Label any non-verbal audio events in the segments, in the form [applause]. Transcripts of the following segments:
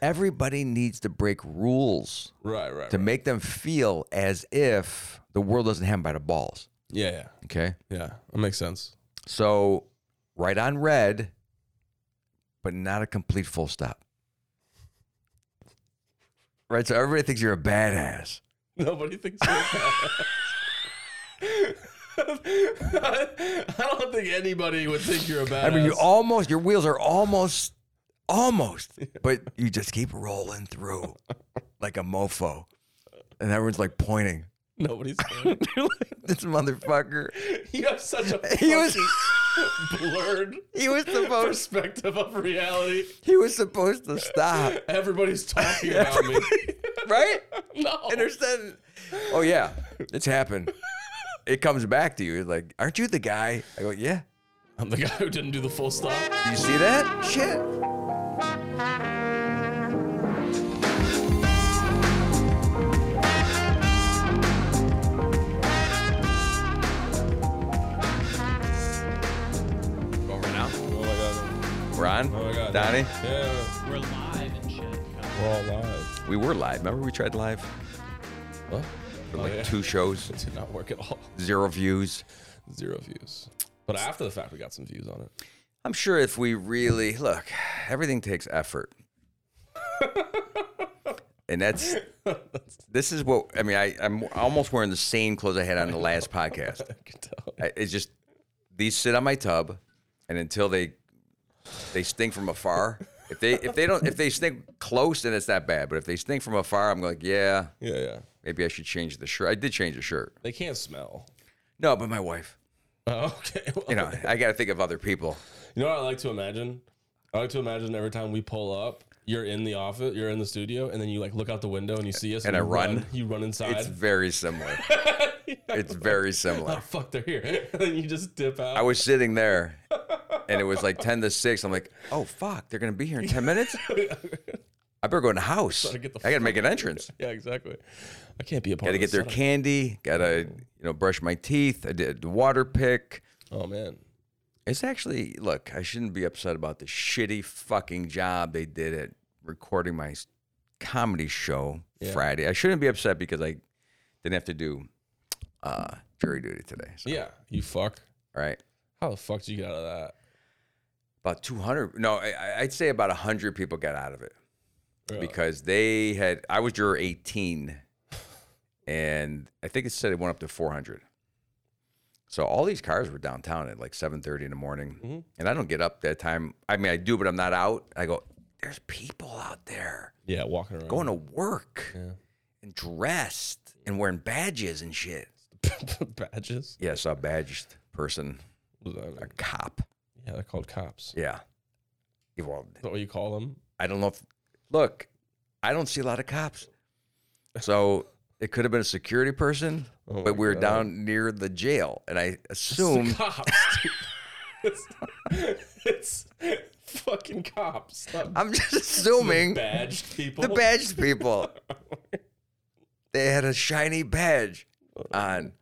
everybody needs to break rules Right, right. to right. make them feel as if the world doesn't have them by the balls. yeah, yeah, Okay. yeah. That makes sense. [laughs] So right on red, but not a complete full stop. Right. So everybody thinks you're a badass. Nobody thinks you're a badass. [laughs] I don't think anybody would think you're a badass. I mean, you almost your wheels are almost, almost, but you just keep rolling through like a mofo, and everyone's like pointing. Nobody's. [laughs] saying it. This motherfucker. you have such a He was blurred he was supposed perspective of reality. he was supposed to stop, Everybody's [laughs] talking about me. right? [laughs] no. Understand? Oh yeah, it's happened. It comes back to you. It's like, aren't you the guy? I go, yeah. I'm the guy who didn't do the full stop. Do you see that? Shit. Going right now. Oh my god. We're on. Oh my god. Donnie, Yeah. We're live and shit. We're all live. we were live. Remember we tried live What? for like Oh, yeah. two shows, It did not work at all. zero views. Zero views. But after the fact, we got some views on it. I'm sure if we really look, everything takes effort. and that's this is what I mean. I, I'm almost wearing the same clothes I had on the last podcast. I can tell. I, it's just these sit on my tub, and until they they stink from afar. If they if they don't if they stink close, then it's not bad. But if they stink from afar, I'm like, yeah, Yeah, yeah. maybe I should change the shirt. I did change the shirt. They can't smell. No, but my wife. Oh, [laughs] okay. Well, You know, I got to think of other people. You know what I like to imagine? I like to imagine every time we pull up, you're in the office, you're in the studio, and then you like look out the window and you see us, And I you run. You run inside. It's very similar. It's very similar. [laughs] oh fuck, they're here. [laughs] and then you just dip out. I was sitting there, and it was like ten to six. I'm like, oh fuck, they're gonna be here in ten [laughs] minutes. I better go in the house. Gotta get the I gotta make an entrance. yeah, exactly. I can't be a part. Gotta of get this their setup. candy. Gotta you know brush my teeth. I did the water pick. Oh man. It's actually look. I shouldn't be upset about the shitty fucking job they did at recording my s- comedy show Yeah. Friday. I shouldn't be upset because I didn't have to do uh, jury duty today. So, Yeah, you fuck. All right. How the fuck did you get out of that? About 200. No, I- I, I'd say about 100 people got out of it Really? because they had, I was juror 18, and I think it said it went up to 400. So all these cars were downtown at like 7.30 in the morning, and I don't get up that time. I mean, I do, but I'm not out. I go, there's people out there yeah, walking around. going to work and dressed and wearing badges and shit. [laughs] badges. Yeah, I saw a badged person, What does that mean? a cop. Yeah, they're called cops. Yeah. Yeah, Well, Is that what you call them? I don't know if look, I don't see a lot of cops. So it could have been a security person, Oh but my we were God. down near the jail, and [laughs] I It's assumed the cops. dude. [laughs] it's, it's fucking cops. [laughs] not I'm just assuming badged people. the badged [laughs] people. they had a shiny badge Oh. on.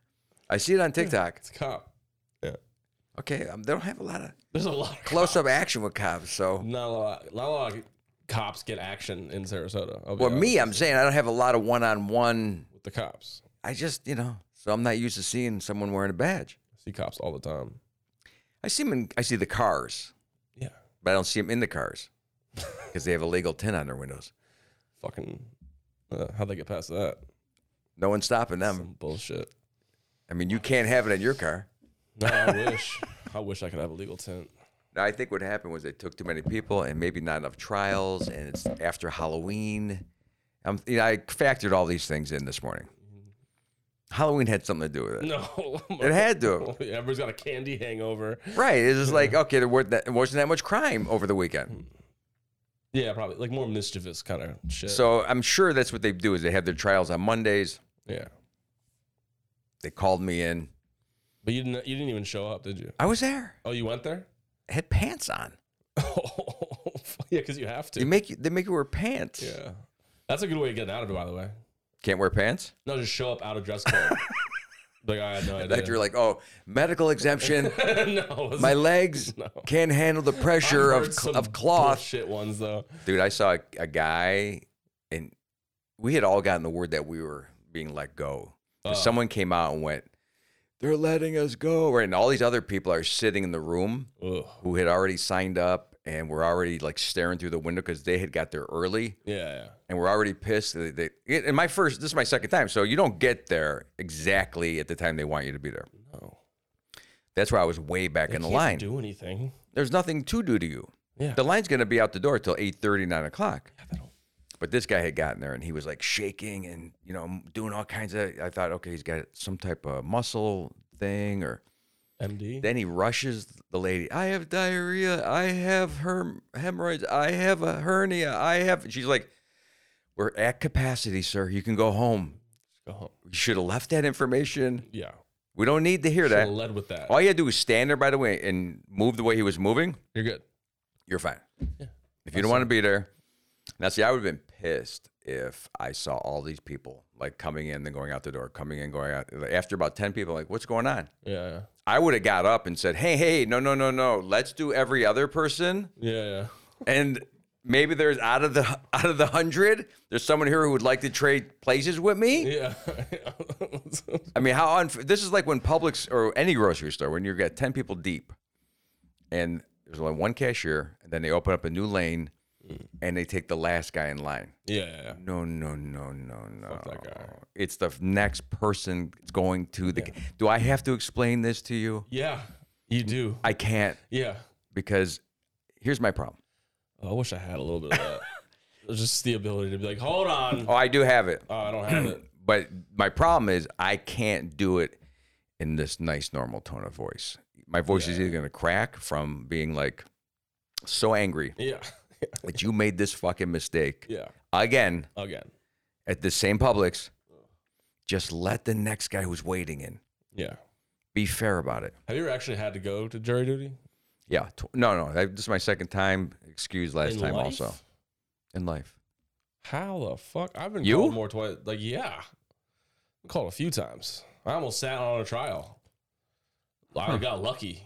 I see it on TikTok. It's cop. Yeah. Okay, um, they don't have a lot of There's a lot. Of cops. close-up action with cops. So, Not a lot. Not a lot of cops get action in Sarasota. I'll be well, honest me, I'm saying I don't have a lot of one-on-one. with the cops. I just, you know, so I'm not used to seeing someone wearing a badge. I see cops all the time. I see 'em in, I see the cars. Yeah. but I don't see them in the cars because they have illegal tint on their windows. Fucking. Uh, how they get past that? No one's stopping them. Some bullshit. I mean, you can't have it in your car. No, I [laughs] wish. I wish I could have a legal tent. Now, I think what happened was they took too many people and maybe not enough trials, and it's after Halloween. I'm, you know, I factored all these things in this morning. Halloween had something to do with it. [laughs] No. [laughs] It had to. Everybody's got a [laughs] candy hangover. Right. It's just like, okay, there weren't that, there wasn't that much crime over the weekend. Yeah, probably like more mischievous kind of shit. So I'm sure that's what they do is they have their trials on Mondays. yeah. They called me in. But you didn't. You didn't even show up, did you? I was there. Oh, you went there? [laughs] I had pants on. Oh, yeah, because you have They to. make you, they make you wear pants. Yeah, that's a good way of getting out of it. By the way, Can't wear pants? [laughs] no, just show up out of dress code. Like I had no idea. [laughs] That you're like, oh, medical [laughs] exemption. no, it's- My legs No. can't handle the I've pressure heard of some cl- of cloth. bullshit ones though. Dude, I saw a, a guy, and we had all gotten the word that we were being let go. And Uh. Someone came out and went, "They're letting us go," right? And all these other people are sitting in the room Ugh. who had already signed up and were already like staring through the window because they had got there early Yeah, yeah. and were already pissed. They, they, and my first, this is my second time, so you don't get there exactly at the time they want you to be there. No. That's why I was way back in the Can't line. do anything. There's nothing to do to you. Yeah. The line's going to be out the door till 8.30, 9 o'clock. I don't- But this guy had gotten there and he was like shaking and, you know, doing all kinds of. I thought, okay, he's got some type of muscle thing or. MD. Then he rushes the lady. I have diarrhea. I have her hemorrhoids. I have a hernia. I have. She's like, we're at capacity, sir. You can go home. Go home. You should have left that information. Yeah. We don't need to hear Should that. led with that. All you had to do was stand there, by the way, and move the way he was moving. You're good. You're fine. If you don't want to be there, now see, I would have been pissed if I saw all these people like coming in, then going out the door, coming in, going out. After about ten people, like, what's going on? Yeah, yeah. I would have got up and said, "Hey, hey, no, no, no, no. Let's do every other person." Yeah, yeah. And maybe there's out of the [laughs] out of the 100, there's someone here who would like to trade places with me. Yeah. [laughs] I mean, how unf- this is like when Publix or any grocery store when you've got 10 people deep and there's only one cashier and then they open up a new lane Mm. and they take the last guy in line. yeah, yeah. No, no, no, no, no. that guy. It's the next person going to the Do I have to explain this to you? Yeah. You do. I can't Yeah. because here's my problem. Oh, I wish I had a little bit [laughs] of that. It's Just the ability to be like, hold on. Oh, I do have it. Oh, I don't [clears throat] have it. But my problem is I can't do it in this nice normal tone of voice. My voice is either going to crack from being like so angry Yeah. [laughs] that you made this fucking mistake Yeah. again Again. at the same Publix. Just let the next guy who's waiting in Yeah. be fair about it. Have you ever actually had to go to jury duty? Yeah. Tw- no, no. that- This is my second time. Excuse last In time life? also in life. How the fuck? I've been You? called more twice. Like, yeah, Been called a few times. I almost sat on a trial. I got lucky.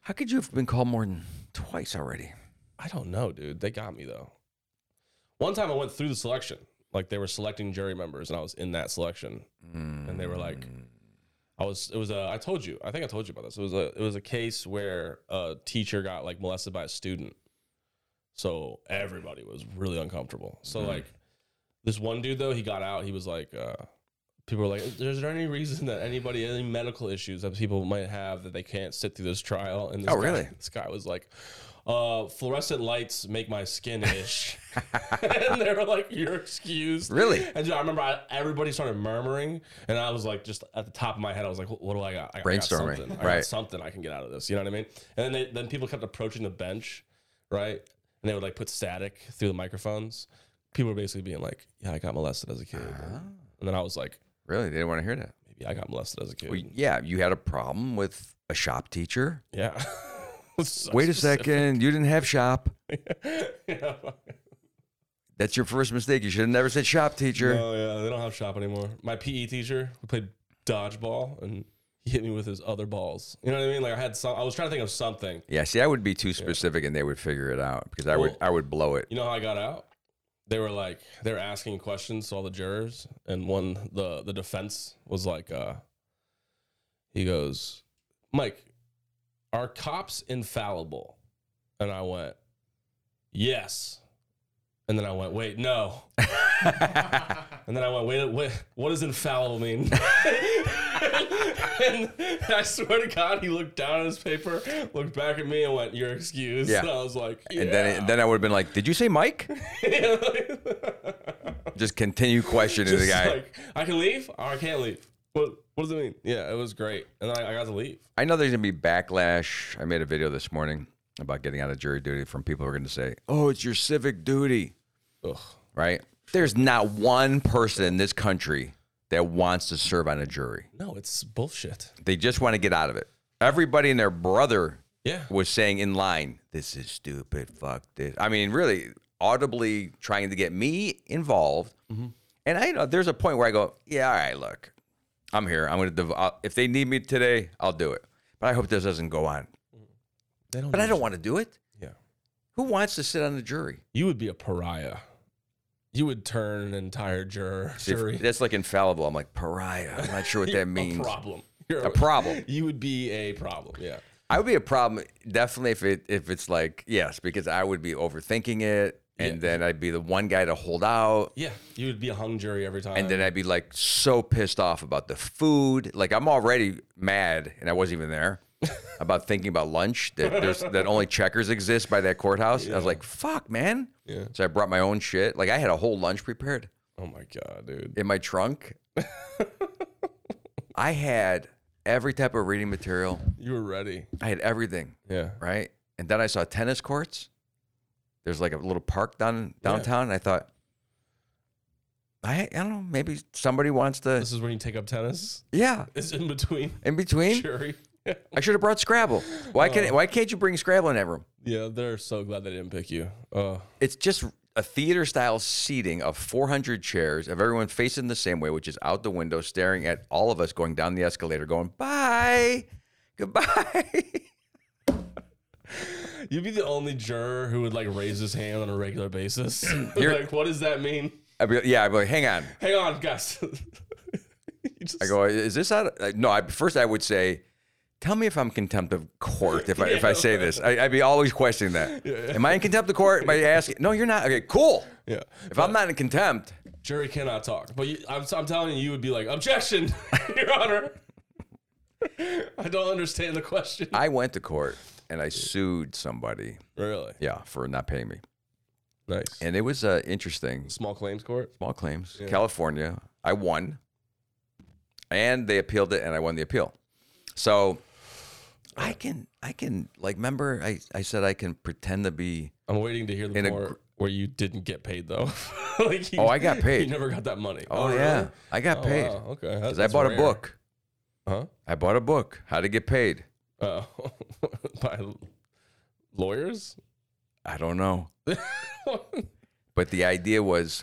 How could you have been called more than twice already? I don't know, dude. They got me though. One time I went through the selection. Like they were selecting jury members, and I was in that selection. And they were like, I was. It was a. I told you. I think I told you about this. It was a. It was a case where a teacher got like molested by a student. So everybody was really uncomfortable. So Mm-hmm. like, this one dude though, he got out. He was like, uh, people were like, "Is there any reason that anybody any medical issues that people might have that they can't sit through this trial?" And this Oh, guy- really? This guy was like, uh, "Fluorescent lights make my skin ish," [laughs] and they were like, "You're excused." Really? [laughs] And so I remember I, everybody started murmuring, and I was like, just at the top of my head, I was like, "What do I got?" I, Brainstorming, I got something. I right. got something I can get out of this. You know what I mean? And then they, then people kept approaching the bench, right? And they would like put static through the microphones. People were basically being like, "Yeah, I got molested as a kid," Ah. and then I was like, Really? They didn't want to hear that. "Maybe I got molested as a kid." Well, yeah, you had a problem with a shop teacher. yeah. [laughs] Wait a second, you didn't have shop. [laughs] yeah. That's your first mistake. You should have never said shop teacher. Oh yeah, they don't have shop anymore. My PE teacher, we played dodgeball, and he hit me with his other balls. You know what I mean? Like I had some. I was trying to think of something. Yeah, see, I would be too specific, and they would figure it out because I would, Well- I would blow it. You know how I got out? They were like they were asking questions to all the jurors, and one the the defense was like, uh, he goes, Mike, are cops infallible? And I went, yes. And then I went, [laughs] wait, no. and then I went, wait, wait what does infallible mean? [laughs] and I swear to God, he looked down at his paper, looked back at me, and went, you're excused. Yeah. And I was like, And then, "Yeah." it- then I would have been like, "Did you say [laughs] Mike?" Just continue questioning Just the guy. like, I can leave or I can't leave. What what does it mean? Yeah, it was great. And I, I got to leave. I know there's gonna be backlash. I made a video this morning about getting out of jury duty from people who are gonna say, "Oh, it's your civic duty," Ugh. right? There's not one person in this country that wants to serve on a jury. No, it's bullshit. They just want to get out of it. Everybody and their brother Yeah. was saying in line, "This is stupid. Fuck this." I mean, really audibly Mm-hmm. trying to get me involved. And I know there's a point where I go, "Yeah, all right, look, I'm here. I'm gonna. Dev- I'll, if they need me today, I'll do it. But I hope this doesn't go on. They don't But I need don't you. want to do it. Yeah. Who wants to sit on the jury? You would be a pariah. You would turn an entire juror, See, if- jury. That's like infallible. I'm like pariah. I'm not [laughs] sure what that a means. problem. You're A problem. You would be a problem. Yeah. I would be a problem definitely if it if it's like yes because I would be overthinking it and Yeah. then I'd be the one guy to hold out Yeah. You would be a hung jury every time. and then I'd be like so pissed off about the food like I'm already mad and I wasn't even there about thinking about lunch that there's that only checkers exist by that courthouse I was like fuck man Yeah. so I brought my own shit like I had a whole lunch prepared oh my god, dude. in my trunk I had every type of reading material You were ready. I had everything Yeah. right? And then I saw tennis courts. There's like a little park down downtown, and I thought, I, I don't know, maybe somebody wants to, This is when you take up tennis. yeah. It's in between In between, jury. [laughs] Yeah. I should have brought Scrabble. Why can't Why can't you bring Scrabble in that room? yeah, they're so glad they didn't pick you. Oh, It's just a theater style seating of 400 chairs of everyone facing the same way, which is out the window, staring at all of us going down the escalator, going bye, goodbye. [laughs] you'd be the only juror who would like raise his hand on a [clears throat] regular basis. like, what does that mean? I'd be, like- yeah, I'd be like, hang on. Hang on, guys. [laughs] You just- I go, is this out? Of, uh, no, I, first I would say, tell me if I'm contempt of court if I, if I say this. I, I'd be always questioning that. Am I in contempt of court? Am I asking? No, you're not. Okay, cool. yeah. If I'm not in contempt, Jury cannot talk. But you, I'm, I'm telling you, you would be like, objection, [laughs] Your Honor. I don't understand the question. I went to court and I sued somebody. Really? Yeah, for not paying me. Nice. And it was uh, interesting. Small claims court. Small claims, California. I won, and they appealed it, and I won the appeal. So I can, I can, like, remember, I, I said I can pretend to be. I'm waiting to hear the In a part where you didn't get paid though. [laughs] like you, Oh, I got [laughs] You paid. never got that money. Oh, yeah, really? I got Oh, paid. wow. Okay. That- Because I that's bought rare. a book. Huh? I bought a book. How to get paid? Oh, [laughs] by lawyers? I don't know. But the idea was,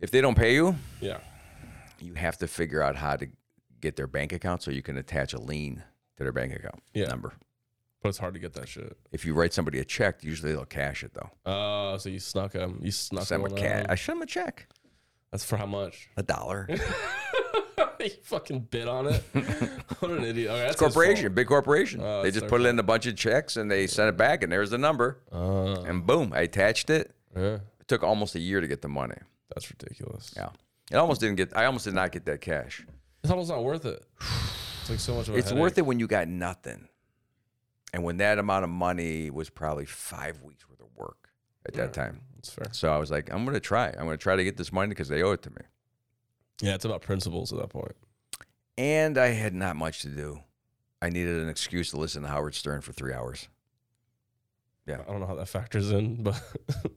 if they don't pay you, [laughs] yeah. you have to figure out how to get their bank account so you can attach a lien to their bank account Yeah. number. But it's hard to get that shit. If you write somebody a check, usually they'll cash it though. Oh, so you snuck him. You snuck Send him. them a cash. I sent them a check, That's for how much? [laughs] a dollar. you fucking bid on [laughs] it. what an idiot. Okay, that's his corporation, big corporation. Oh, they it's just their put it in a bunch of checks and they sent it back, and there's the number. fault. Uh, And boom, I attached it. yeah. It took almost a year to get the money. That's ridiculous. Yeah, it almost didn't get. I almost did not get that cash. It's almost not worth it. It's like so much of a It's worth it when you got nothing. And when that amount of money was probably five weeks worth of work at that time. It's fair. So I was like, I'm going to try. I'm going to try to get this money because they owe it to me. Yeah, it's about principles at that point. And I had not much to do. I needed an excuse to listen to Howard Stern for three hours I don't know how that factors in, but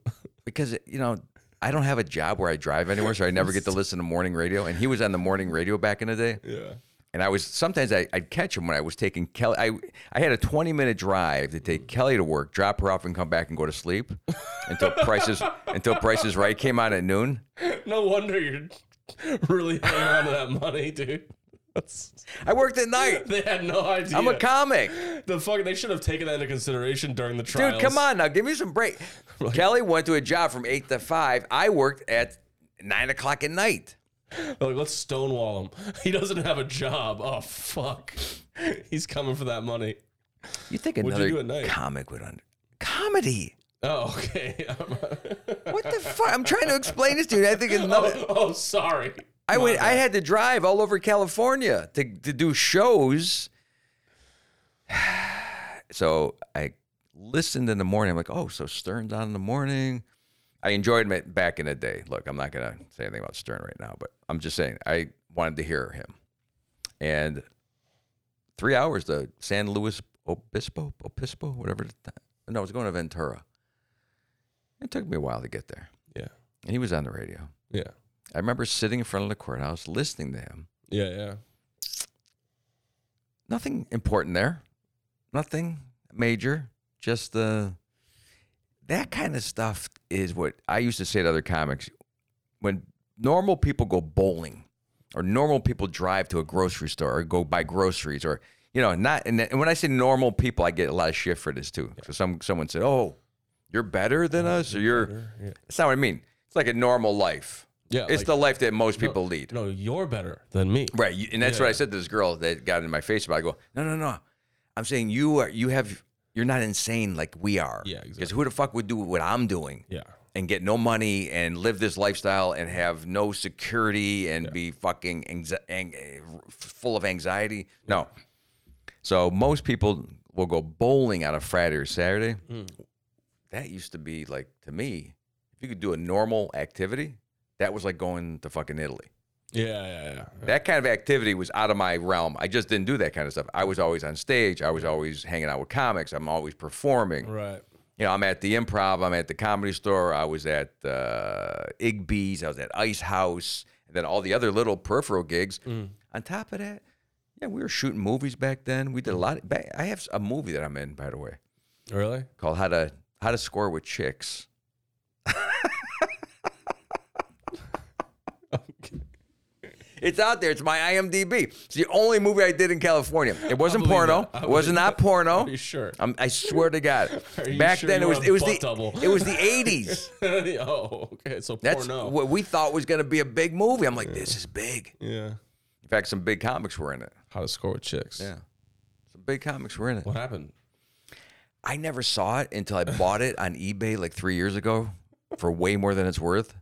[laughs] because, you know, I don't have a job where I drive anywhere, so I never [laughs] get to listen to morning radio. And he was on the morning radio back in the day. yeah. And I was sometimes I, I'd catch him when I was taking Kelly. I I had a 20 minute drive to take Kelly to work, drop her off, and come back and go to [laughs] sleep until prices until prices right came out at noon. No wonder you're really hanging on to that money, dude. That's, I worked at night. [laughs] they had no idea. I'm a comic, the fuck, they should have taken that into consideration during the trials. dude. Come on now, give me some [laughs] break. Kelly went to a job from eight to five. I worked at nine o'clock at night. They're like, let's stonewall him. [laughs] He doesn't have a job. Oh fuck, he's coming for that money. You think you another do at night? comic would under comedy? Oh [laughs] okay. What the fuck? I'm trying to explain this to you. I think another. oh, oh, sorry. I My went. I bad. had to drive all over California to to do shows. [sighs] So I listened in the morning. I'm like, oh, so Stern's on in the morning. I enjoyed it back in the day. Look, I'm not gonna say anything about Stern right now, but I'm just saying I wanted to hear him. And three hours to San Luis Obispo, Obispo, whatever. the- No, I was going to Ventura. It took me a while to get there, Yeah. and he was on the radio. Yeah. I remember sitting in front of the courthouse listening to him. Yeah. Yeah. Nothing important there, nothing major, just the that kind of stuff is what I used to say to other comics. When normal people go bowling, or normal people drive to a grocery store or go buy groceries or you know not and, then- and when I say normal people, I get a lot of shit for this too. So some someone said, "Oh, you're better than us," or "You're." yeah. That's not what I mean. It's like a normal life. Yeah, It's like, the life that most people lead. no, you're better than me. Right, you- and that's what I said to this girl that got in my face about. it. I go, no, no, no. I'm saying you are. You have. You're not insane like we are. Yeah, Because who the fuck would do what I'm doing Yeah, and get no money and live this lifestyle and have no security and be fucking anxi- ang- eh, full of anxiety? No. So most people will go bowling on a Friday or Saturday. Hmm. That used to be like to me, if you could do a normal activity, that was like going to fucking Italy. yeah, yeah, yeah. yeah. That kind of activity was out of my realm. I just didn't do that kind of stuff. I was always on stage. I was always hanging out with comics. I'm always performing. Right. You know, I'm at the improv. I'm at the comedy store. I was at uh, Igby's. I was at Ice House. And then all the other little peripheral gigs. On top of that, yeah, we were shooting movies back then. We did a lot. Of, back, I have a movie that I'm in, by the way, Really? [laughs] called How to How to Score with Chicks. It's out there. It's my IMDb. It's the only movie I did in California. It wasn't believe porno. that. I It was believe not that. porno. [laughs] Are you sure? I'm, I swear to God. [laughs] Are you Back sure then it you was were it a was butt the double? it was [laughs] the 80s. oh, okay. So That's porno. what we thought was going to be a big movie. I'm like, this is big. yeah. In fact, some big comics were in it. How to score with chicks. some big comics were in it. What happened? I never saw it until I bought it on eBay like three years ago for way more than it's worth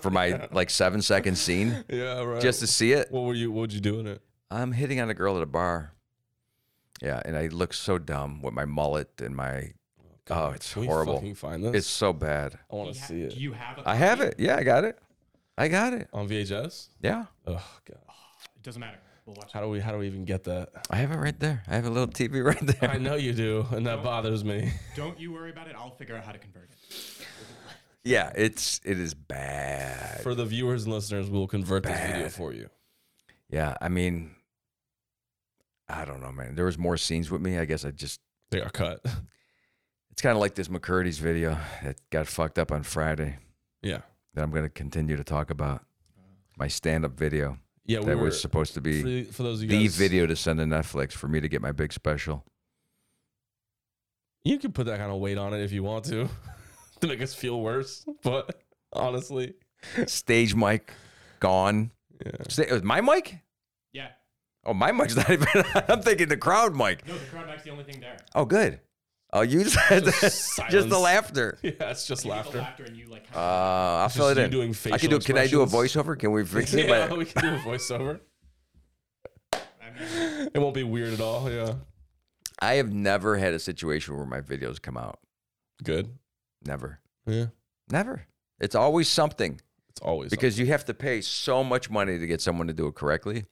for [laughs] my like seven second scene Yeah. Right. just to see it. what were you? What would you do in it? I'm hitting on a girl at a bar. Yeah, and I look so dumb with my mullet and my oh, it's Can we horrible. fucking find this? It's so bad. I want to see it Do you have a I have it. Yeah, I got it. I got it. on VHS. Yeah, Oh god. It doesn't matter. We'll watch it. How do we? How do we even get that? I have it right there. I have a little TV [laughs] right there. [laughs] I know you do, and that bothers me. Don't you worry about it. I'll figure out how to convert it. Yeah, it's it is bad. For the viewers and listeners, we'll convert this video for you. yeah, I mean, I don't know, man. There was more scenes with me. I guess I just. They are cut. [laughs] It's kind of like this McCurdy's video that got fucked up on Friday Yeah. that I'm going to continue to talk about. My stand-up video Uh-huh. Yeah. We that were, was supposed to for, be the- for those of you the guys, video to send to Netflix for me to get my big [laughs] special. You can put that kind of weight on it if you want to, [laughs] to make us feel worse. But honestly, [laughs] Stage mic gone. yeah. Sta- was my mic? Yeah. Oh, my mic's [laughs] not even. I'm thinking the crowd mic. No, the crowd mic's the only thing there. Oh, good. I'll [laughs] use that. Just just the silence. laughter. Yeah, it's just You get laughter. the laughter and you like. Uh, I'll It's fill just it you in. doing I can do. facial Can I do a expressions. voiceover? Can [laughs] we fix it? Yeah, But we can do a voiceover. I mean, It won't be weird at all. Yeah. I have never had a situation where my videos come out. Good. Never, Yeah. never. It's always something It's always because because you have to pay so much money to get someone to do it correctly,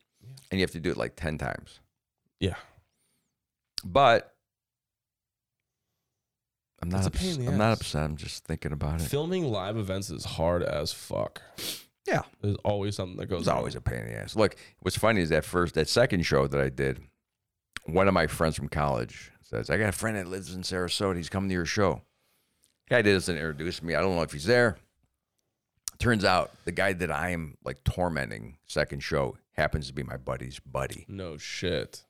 and you have to do it like ten times. yeah. But I'm It's not. a pain Ups- in the I'm not ass. upset. I'm just thinking about it. Filming live events is hard as fuck. Yeah. There's always something that It goes. was always a pain in the ass. Look, what's funny is that first, that second show that I did, one of my friends from college says, I got a friend that lives in Sarasota. He's coming to your show. Guy doesn't introduce me. I don't know if he's there. Turns out the guy that I am like tormenting second show happens to be my buddy's buddy. No shit.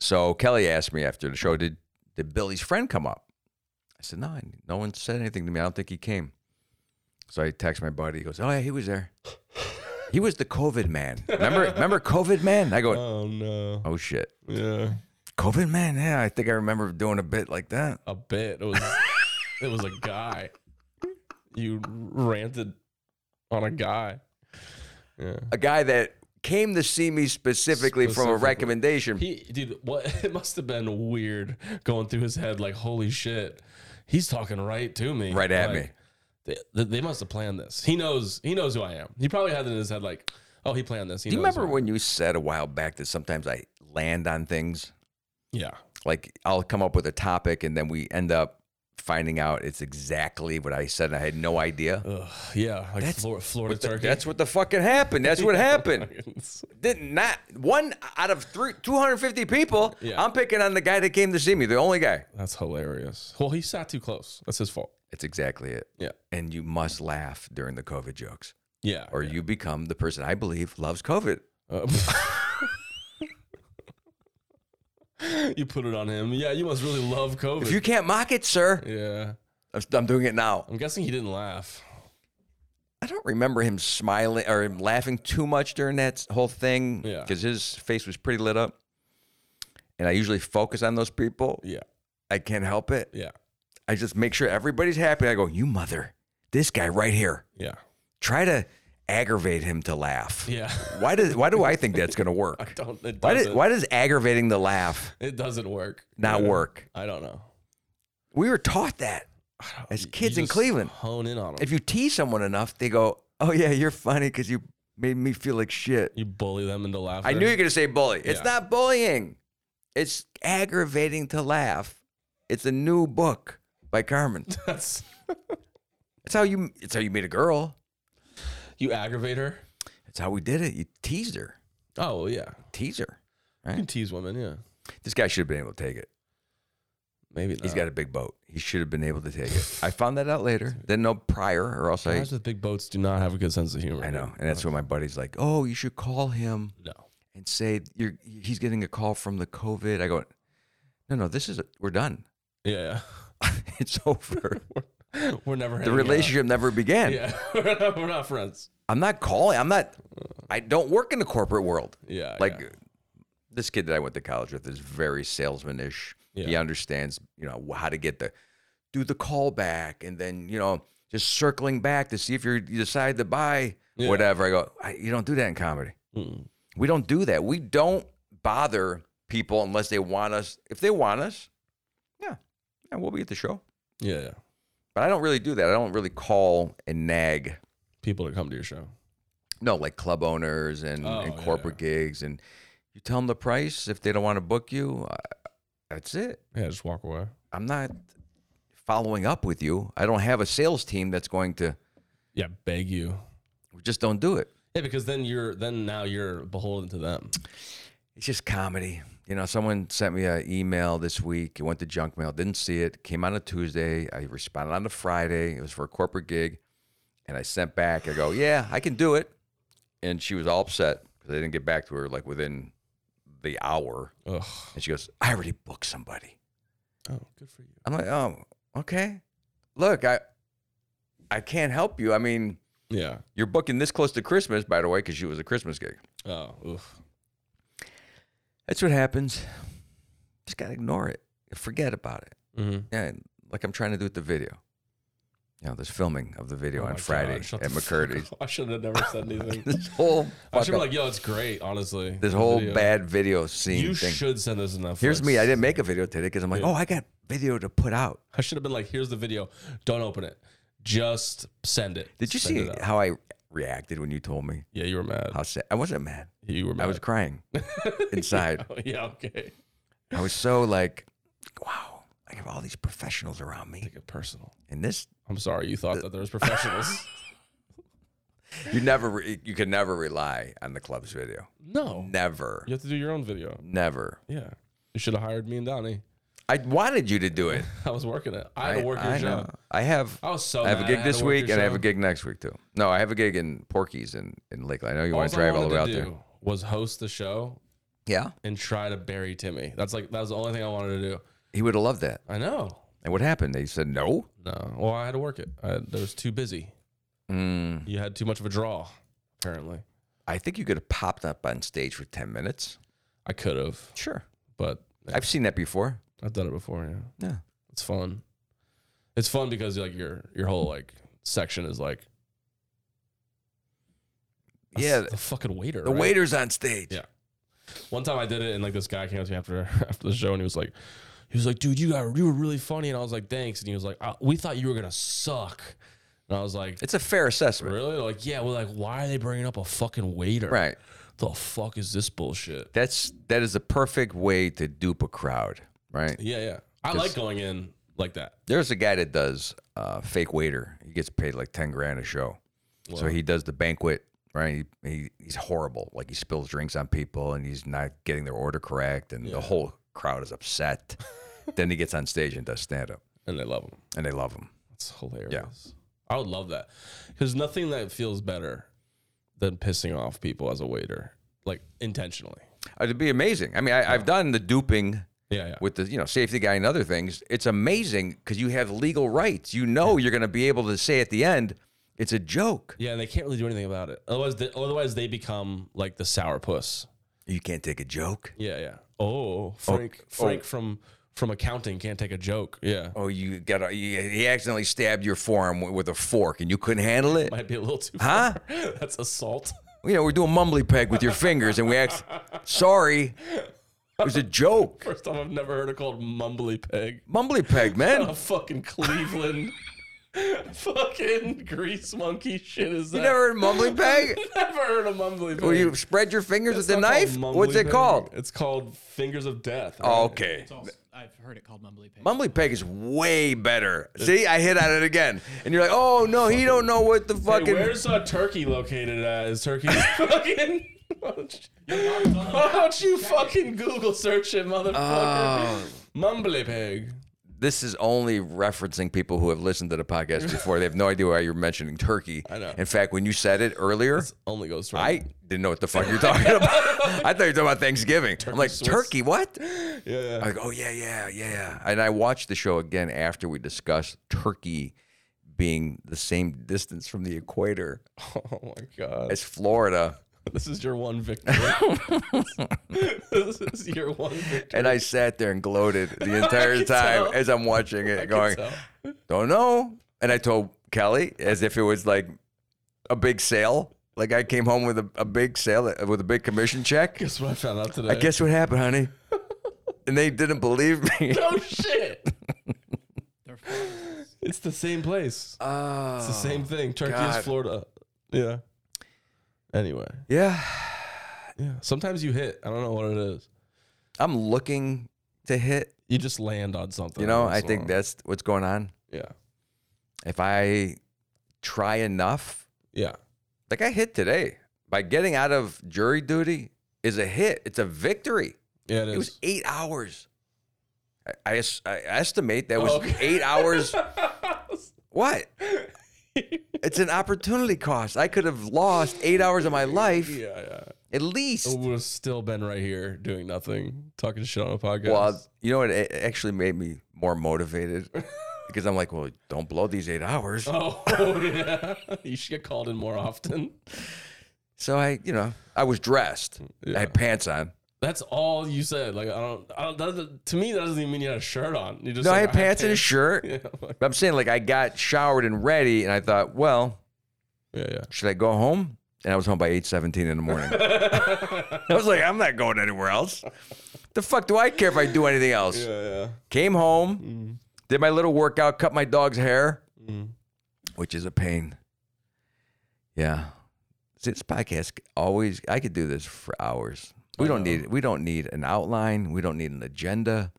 So Kelly asked me after the show, did, did Billy's friend come up? I said, no, I- no one said anything to me. I don't think he came. So I text my buddy. He goes, oh, yeah, he was there. He was the COVID man. [laughs] Remember, remember COVID man? I go, Oh no. oh, shit. Yeah. COVID man? Yeah, I think I remember doing a bit like that. A bit. It was. it was a guy. You ranted on a guy. Yeah. A guy that came to see me specifically, from a Specifically. recommendation. He, dude, what [laughs] it must have been weird going through his head. Like, holy shit, he's talking right to me, Right at Like, me. They, they- they must have planned this. He knows. He knows who I am. He probably had it in his head, like, oh, he planned this. He Do you knows remember who I am. when you said a while back that sometimes I land on things? Yeah, Like I'll come up with a topic and then we end up finding out it's exactly what I said and I had no idea. Ugh, yeah, like That's Florida, Florida Th- turkey. That's what the fucking happened. That's what happened. It's- did not one out of three 250 people. Yeah. I'm picking on the guy that came to see me, the only guy. [laughs] That's hilarious. Well, he sat too close. That's his fault. That's exactly it. Yeah, And you must laugh during the COVID jokes, yeah. or you become the person I believe loves COVID. Uh, [laughs] you put it on him. Yeah, you must really love COVID. If you can't mock it, sir, yeah. I'm, I'm doing it now. I'm guessing he didn't laugh. I don't remember him smiling or him laughing too much during that s- whole thing Yeah. because his face was pretty lit up. And I usually focus on those people. Yeah. I can't help it. Yeah. I just make sure everybody's happy. I go, you mother, this guy right here. Yeah. Try to aggravate him to laugh. Yeah. [laughs] Why does why do I think that's gonna I work? don't it Why, doesn't, did, why does aggravating the laugh it doesn't work. not Yeah. work? I don't know. We were taught that as You- kids you in just Cleveland. Hone in on him. If you tease someone enough, they go, "Oh yeah, you're funny because you made me feel like shit." you bully them into laughter. I knew you were going to say bully. It's Yeah. not bullying. It's aggravating to laugh. It's a new book by [laughs] Carmen. that's That's how you. It's how you made a girl. you aggravate her. That's how we did it. You teased her. Oh yeah. Tease her. You can tease women, yeah. This guy should have been able to take it. Maybe not. He's got a big boat. He should have been able to take it. I found that out later. Then no prior, or else I. Guys with big boats do not have a good sense of humor. I know, dude. and that's when my buddy's like, "Oh, you should call him No. and say you're he's getting a call from the COVID." I go, "No, no, this is we're done. [laughs] Yeah. [laughs] it's over. yeah. We're never the hanging out. relationship never began." Yeah. [laughs] we're, not, we're not friends. I'm not calling. I'm not. I don't work in the corporate world. Uh. Yeah. Like yeah. this kid that I went to college with is very salesmanish. Yeah. He understands, you know, how to get the do the callback and then you know just circling back to see if you're, you decide to buy Yeah. whatever. I go, I, you don't do that in comedy. Mm. We don't do that. We don't bother people unless they want us. If they want us, yeah, yeah, we'll be at the show. Yeah, yeah. But I don't really do that. I don't really call and nag. People that come to your show. No, like club owners and, Oh, and yeah, corporate gigs, and you tell them the price. If they don't want to book you, uh, that's it. Yeah, just walk away. I'm not following up with you. I don't have a sales team that's going to. Yeah, beg you. We just don't do it. Yeah, because then you're then now you're beholden to them. It's just comedy. You know, someone sent me an email this week. It went to junk mail. Didn't see it. Came on a Tuesday. I responded on a Friday. It was for a corporate gig, and I sent back. I go, yeah, I can do it. And she was all upset because I didn't get back to her like within the hour. Ugh. And she goes, I already booked somebody. Oh, good for you. I'm like, oh, okay. Look, I I can't help you. I mean, Yeah. you're booking this close to Christmas, by the way, because she was a Christmas gig. Oh, oof. That's what happens. Just gotta ignore it. Forget about it. Mm-hmm. Yeah, and like I'm trying to do with the video. You know, there's filming of the video Oh on my Friday God, shut at the fuck McCurdy's. up. [laughs] I should have never said anything. [laughs] This whole I fuck should be up- like, yo, it's great, honestly. this whole Video. bad video scene You thing. should send this enough. Here's me. I didn't make a video today because I'm like, Yeah. oh, I got video to put out. I should have been like, here's the video. Don't open it. Just send it. Did you Send see it out. how I reacted when you told me Yeah, you were mad. how sad? I wasn't mad. You were mad. I was [laughs] crying inside. Oh, [laughs] yeah, okay. I was so like, wow, I have all these professionals around me. Take it personal. And this, I'm sorry you thought that there was [laughs] professionals. you never, re- you can never rely on the club's video. no. Never, You have to do your own video. never. Yeah. You should have hired me and Donnie. [laughs] I wanted you to do [laughs] it. I was working it. I had to work your I job. I have, I was so I have a mad. gig had to this work week your and I have show. a gig next week too. No, I have a gig in Porky's in, in Lakeland. Oh, I know you want to Alls I drive all the way out wanted to there. do Was host the show Yeah. and try to bury Timmy. That's like that was the only thing I wanted to do. He would have loved that. I know. And what happened? They said no. No. Well, I had to work it. I, that was too busy. Mm, You had too much of a draw, apparently. I think you could have popped up on stage for 10 minutes. I could have, Sure. but yeah, I've seen that before. I've done it before. Yeah. Yeah. It's fun. It's fun because like your your whole like section is like Yeah. the fucking waiter. The right? waiter's on stage. Yeah. One time I did it, and like this guy came up to me after [laughs] after the show, and he was like, he was like, dude, you got you were really funny, and I was like, thanks, and he was like, "Uh, we thought you were gonna suck, and I was like, It's a fair assessment. really? They're like, yeah. We're like, why are they bringing up a fucking waiter? Right. The fuck is this bullshit? That's that is the perfect way to dupe a crowd, right? Yeah, yeah. I like going in like that. There's a guy that does uh, fake waiter. He gets paid like ten grand a show, so he does the banquet. Right, he, he he's horrible. Like he spills drinks on people, and he's not getting their order correct, and the whole crowd is [laughs] upset. then he gets on stage and does stand up, and they love them. and they love him. That's hilarious. I would love that because nothing that feels better than pissing off people as a waiter like intentionally. Uh, It'd be amazing. I mean, I, I've done the duping Yeah, yeah. with the you know safety guy and other things. It's amazing because you have legal rights. You know you're going to be able to say at the end, it's a joke. yeah, and they can't really do anything about it. Otherwise, they, otherwise they become like the sourpuss. You can't take a joke. Yeah, yeah. Oh, Frank, Frank from from accounting can't take a joke. Yeah, Oh, you got a, you, he accidentally stabbed your forearm wi- with a fork and you couldn't handle it. might be a little too. Huh? far. [laughs] That's assault. [laughs] You know, we're doing mumbly peg with your fingers and we act. Sorry, it was a joke. First time I've never heard it called mumbly [laughs] peg. Mumbly peg, man. A fucking Cleveland, [laughs] fucking grease monkey shit is that? You never heard mumbly peg? [laughs] never heard of mumbly peg. Where you spread your fingers [laughs] with It's the not knife? called mumbly What's it peg. called? It's called fingers of death. Oh, right? okay. It's also, I've heard it called mumbly pig. Mumbly Peg is way better. See, I hit on it again, and you're like, "Oh no, he don't know what the Hey, fucking." where's uh, Turkey located at? Is [laughs] Turkey fucking? Why don't you- It's on why don't you fucking Google search it, motherfucker? Oh. Mumbly pig. this is only referencing people who have listened to the [laughs] podcast before. They have no idea why you're mentioning Turkey. I know. In fact, when you said it earlier, Only goes to I didn't know what the fuck you're talking about. [laughs] I thought you were talking about Thanksgiving. I'm like, Swiss. Turkey, what? Yeah, yeah. I'm like, oh yeah, yeah, yeah. And I watched the show again after we discussed Turkey being the same distance from the equator Oh my god. as Florida. This is your [laughs] one victory. this is your one victory. And I sat there and gloated the entire can time tell. as I'm watching it, going, So, don't know. And I told Kelly as if it was like a big sale. Like I came home with a, a big sale with a big commission [laughs] check. guess what I found out today? I guess what happened, honey? And they didn't believe [laughs] me. [laughs] Oh shit! [laughs] They're foreigners. It's the same place. Oh, It's the same thing. Turkey God. is Florida. Yeah. Anyway, [laughs] yeah. yeah. Sometimes you hit. I don't know what it is. I'm looking to hit. You just land on something. You know, every I once in a think while. that's what's going on. Yeah. If I try enough, Yeah. like I hit today by getting out of jury duty is a hit. It's a victory. Yeah, it is. It was eight hours. I, I, es- I estimate that was Okay. eight hours. What? It's an opportunity cost. I could have lost eight hours of my life yeah, Oh at yeah. least. Would have still been right here doing nothing, talking shit on a podcast. Well, you know what? It actually made me more motivated because I'm like, well, don't blow these eight hours. [laughs] oh, oh, yeah. [laughs] You should get called in more often. So I, you know, I was dressed. I had pants on. That's all you said. Like I don't. I don't. That doesn't, to me, that doesn't even mean you had a shirt on. You just No, I like, had pants and a shirt. Yeah, [laughs] I'm like, But I'm saying, like, I got showered and ready, and I thought, well, yeah, yeah. should I go home? And I was home by 8.17 in the morning. I was like, I'm not going anywhere else. The fuck do I care if I do anything else? Yeah, Came home, did my little workout, cut my dog's hair, which is a pain. Yeah. See, This podcast always, I could do this for hours. We don't need, we don't need an outline. We don't need an agenda.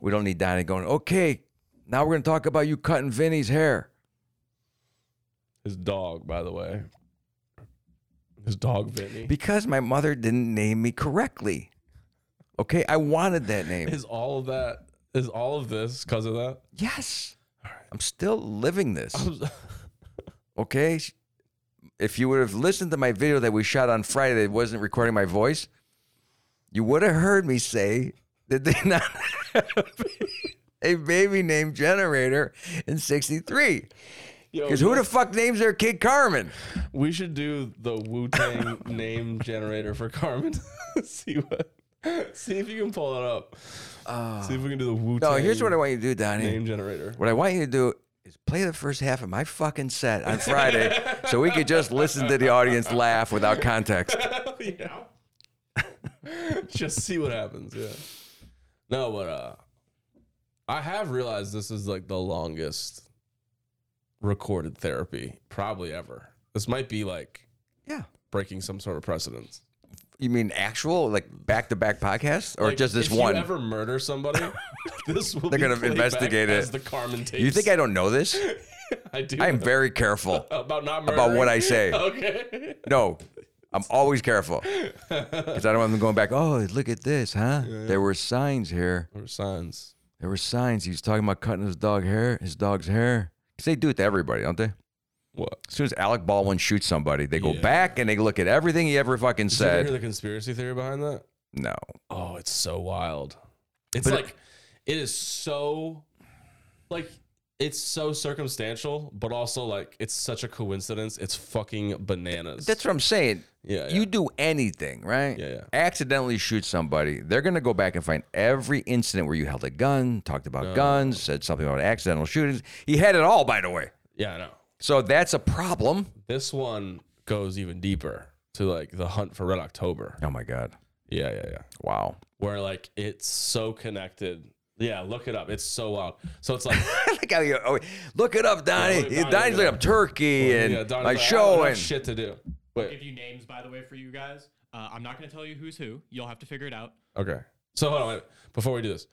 We don't need Donnie going, okay, now we're going to talk about you cutting Vinny's hair. His dog, by the way. His dog Vinny. Because my mother didn't name me correctly. Okay, I wanted that name. Is all of that? Is all of this because of that? [laughs] Yes. I'm still living this. was- Okay? Sh- If you would have listened to my video that we shot on Friday that wasn't recording my voice, you would have heard me say that they [laughs] not have a baby name generator in 63. Yo, Because who the fuck names their kid Carmen? we should do the [laughs] Wu Tang name generator for Carmen. [laughs] see what? See if you can pull it up. see if we can do the Wu Tang. Ah. No, here's what I want you to do, Donnie. name generator. [laughs] What I want you to do is play the first half of my fucking set on Friday so we could just listen to the audience laugh without context. yeah. [laughs] Just see what happens. Yeah. No, but uh, I have realized this is like the longest recorded therapy probably ever. This might be like Yeah. breaking some sort of precedence. You mean actual, like back to back podcasts or Like, just this if one? You ever [laughs] murder somebody? this will. They're be gonna played investigate back it. As the Carmen tapes. you think I don't know this? I do? I am very careful about not murdering? about what I say. [laughs] Okay. No, I'm always careful because I don't want them going back. Oh, look at this, huh? There were signs here. Or signs. There were signs. He was talking about cutting his dog hair, his dog's hair. 'Cause they do it to everybody, don't they? What? As soon as Alec Baldwin shoots somebody, they go Yeah. back and they look at everything he ever fucking Did you ever hear said. the conspiracy theory behind that? No. Oh, it's so wild. It's But it- like it is so like it's so circumstantial, but also like it's such a coincidence. It's fucking bananas. That's what I'm saying. yeah, yeah. You do anything, right? Yeah, yeah. Accidentally shoot somebody, they're gonna go back and find every incident where you held a gun, talked about guns, said something about accidental shootings. He had it all, by the way. yeah, I know. So that's a problem. This one goes even deeper to like the hunt for Red October. Oh my god. Yeah, yeah, yeah. Wow. [laughs] Where like it's so connected. Yeah, look it up. It's so wild. So it's like Look how you oh, look it up, Donnie. look at Donnie, Donnie's looking yeah. up turkey and yeah, Donnie's like I don't have show and shit to do. Give Wait, you names, by the way, for you guys. Uh, I'm not going to tell you who's who. You'll have to figure it out. okay. So hold on, wait. before we do this.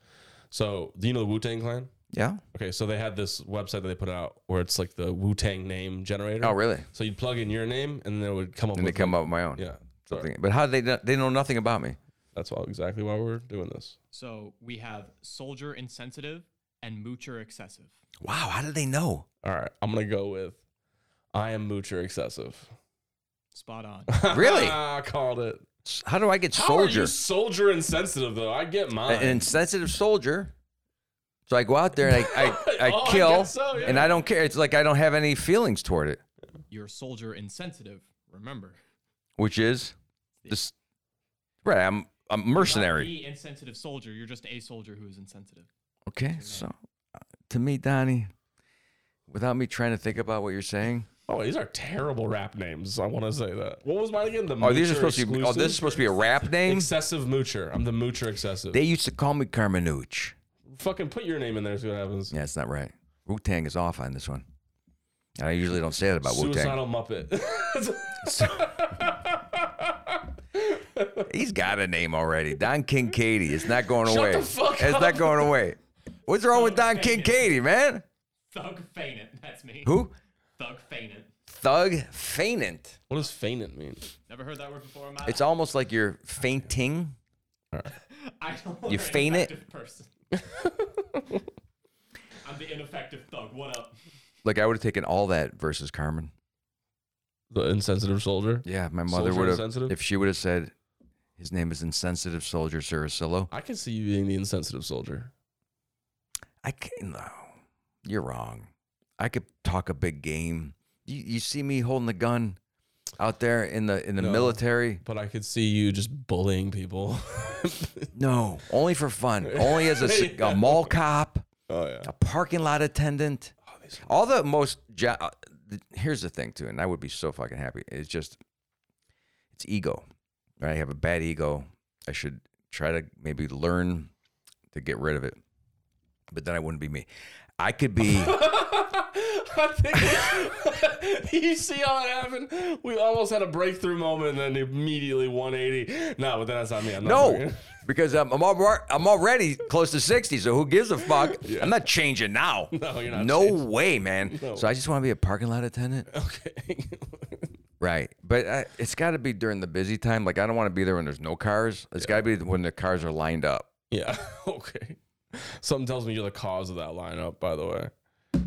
So do you know the Wu Tang Clan? yeah. Okay, so they had this website that they put out where it's like the Wu Tang name generator. Oh really? So you'd plug in your name, and then it would come up. And they with come up with my own. Yeah, something. Something. But how did they know- they know nothing about me? That's all, exactly why we're doing this. So we have soldier insensitive and moocher excessive. Wow, how did they know? All right, I'm gonna go with I am moocher excessive. [laughs] [laughs] Spot on. Really? I called it. S- How do I get How soldier? are you soldier insensitive though? I get mine. An insensitive soldier. So I go out there and [laughs] I I, I Oh, I kill guess so, yeah. and I don't care. It's like I don't have any feelings toward it, You're soldier insensitive. Remember, which is this right. I'm I'm a mercenary. Not the insensitive soldier. You're just a soldier who is insensitive. Okay, so uh, to me, Donnie, without me trying to think about what you're saying. oh, these are terrible rap names. I want to say that. What was mine again? The Oh, these moocher are supposed to be. Oh, this is exclusive? supposed to be a [laughs] rap name. excessive moocher. I'm the moocher excessive. They used to call me Carmenuch. Fucking put your name in there. See what happens. Yeah, it's not right. Wu Tang is off on this one. And I usually don't say that about Wu Tang. Suicidal Muppet. [laughs] He's got a name already. Don King Katie. It's not going away. the fuck it's up. not going away. What's wrong with [laughs] Don King Katie, man? Thug Fainant. That's me. Who? Thug Fainant. Thug fainant. what does fainted mean? Never heard that word before in my It's almost like you're fainting. I know You an feign it? ineffective Person. [laughs] I'm the ineffective thug. What up? Like I would have taken all that versus Carmen. The insensitive soldier. Yeah, my mother Soldier would have. insensitive? If she would have said, "His name is insensitive soldier Sarasillo," I can see you being the insensitive soldier. I can't. No, you're wrong. I could talk a big game. You, you see me holding the gun out there in the in the No. military. But I could see you just bullying people. [laughs] No, only for fun. Only as a, s- [laughs] a mall cop, oh yeah. a parking lot attendant. All the most. Jo- uh, th- Here's the thing too, and I would be so fucking happy. It's just, it's ego. Right? I have a bad ego. I should try to maybe learn to get rid of it. But then I wouldn't be me. I could be. [laughs] I think [laughs] you see how it happened. We almost had a breakthrough moment, and then immediately 180. No, but that's not me. I'm not No, doing because I'm, I'm, alre- I'm already close to 60, so who gives a fuck? I'm not changing now. [laughs] No, you're not No way, man. So I just want to be a parking lot attendant. it. [laughs] Okay. [laughs] Right. But I, it's got to be during the busy time. Like, I don't want to be there when there's no cars. It's got to be when the cars are lined up. yeah. [laughs] Okay. Something tells me you're the cause of that lineup. By the way,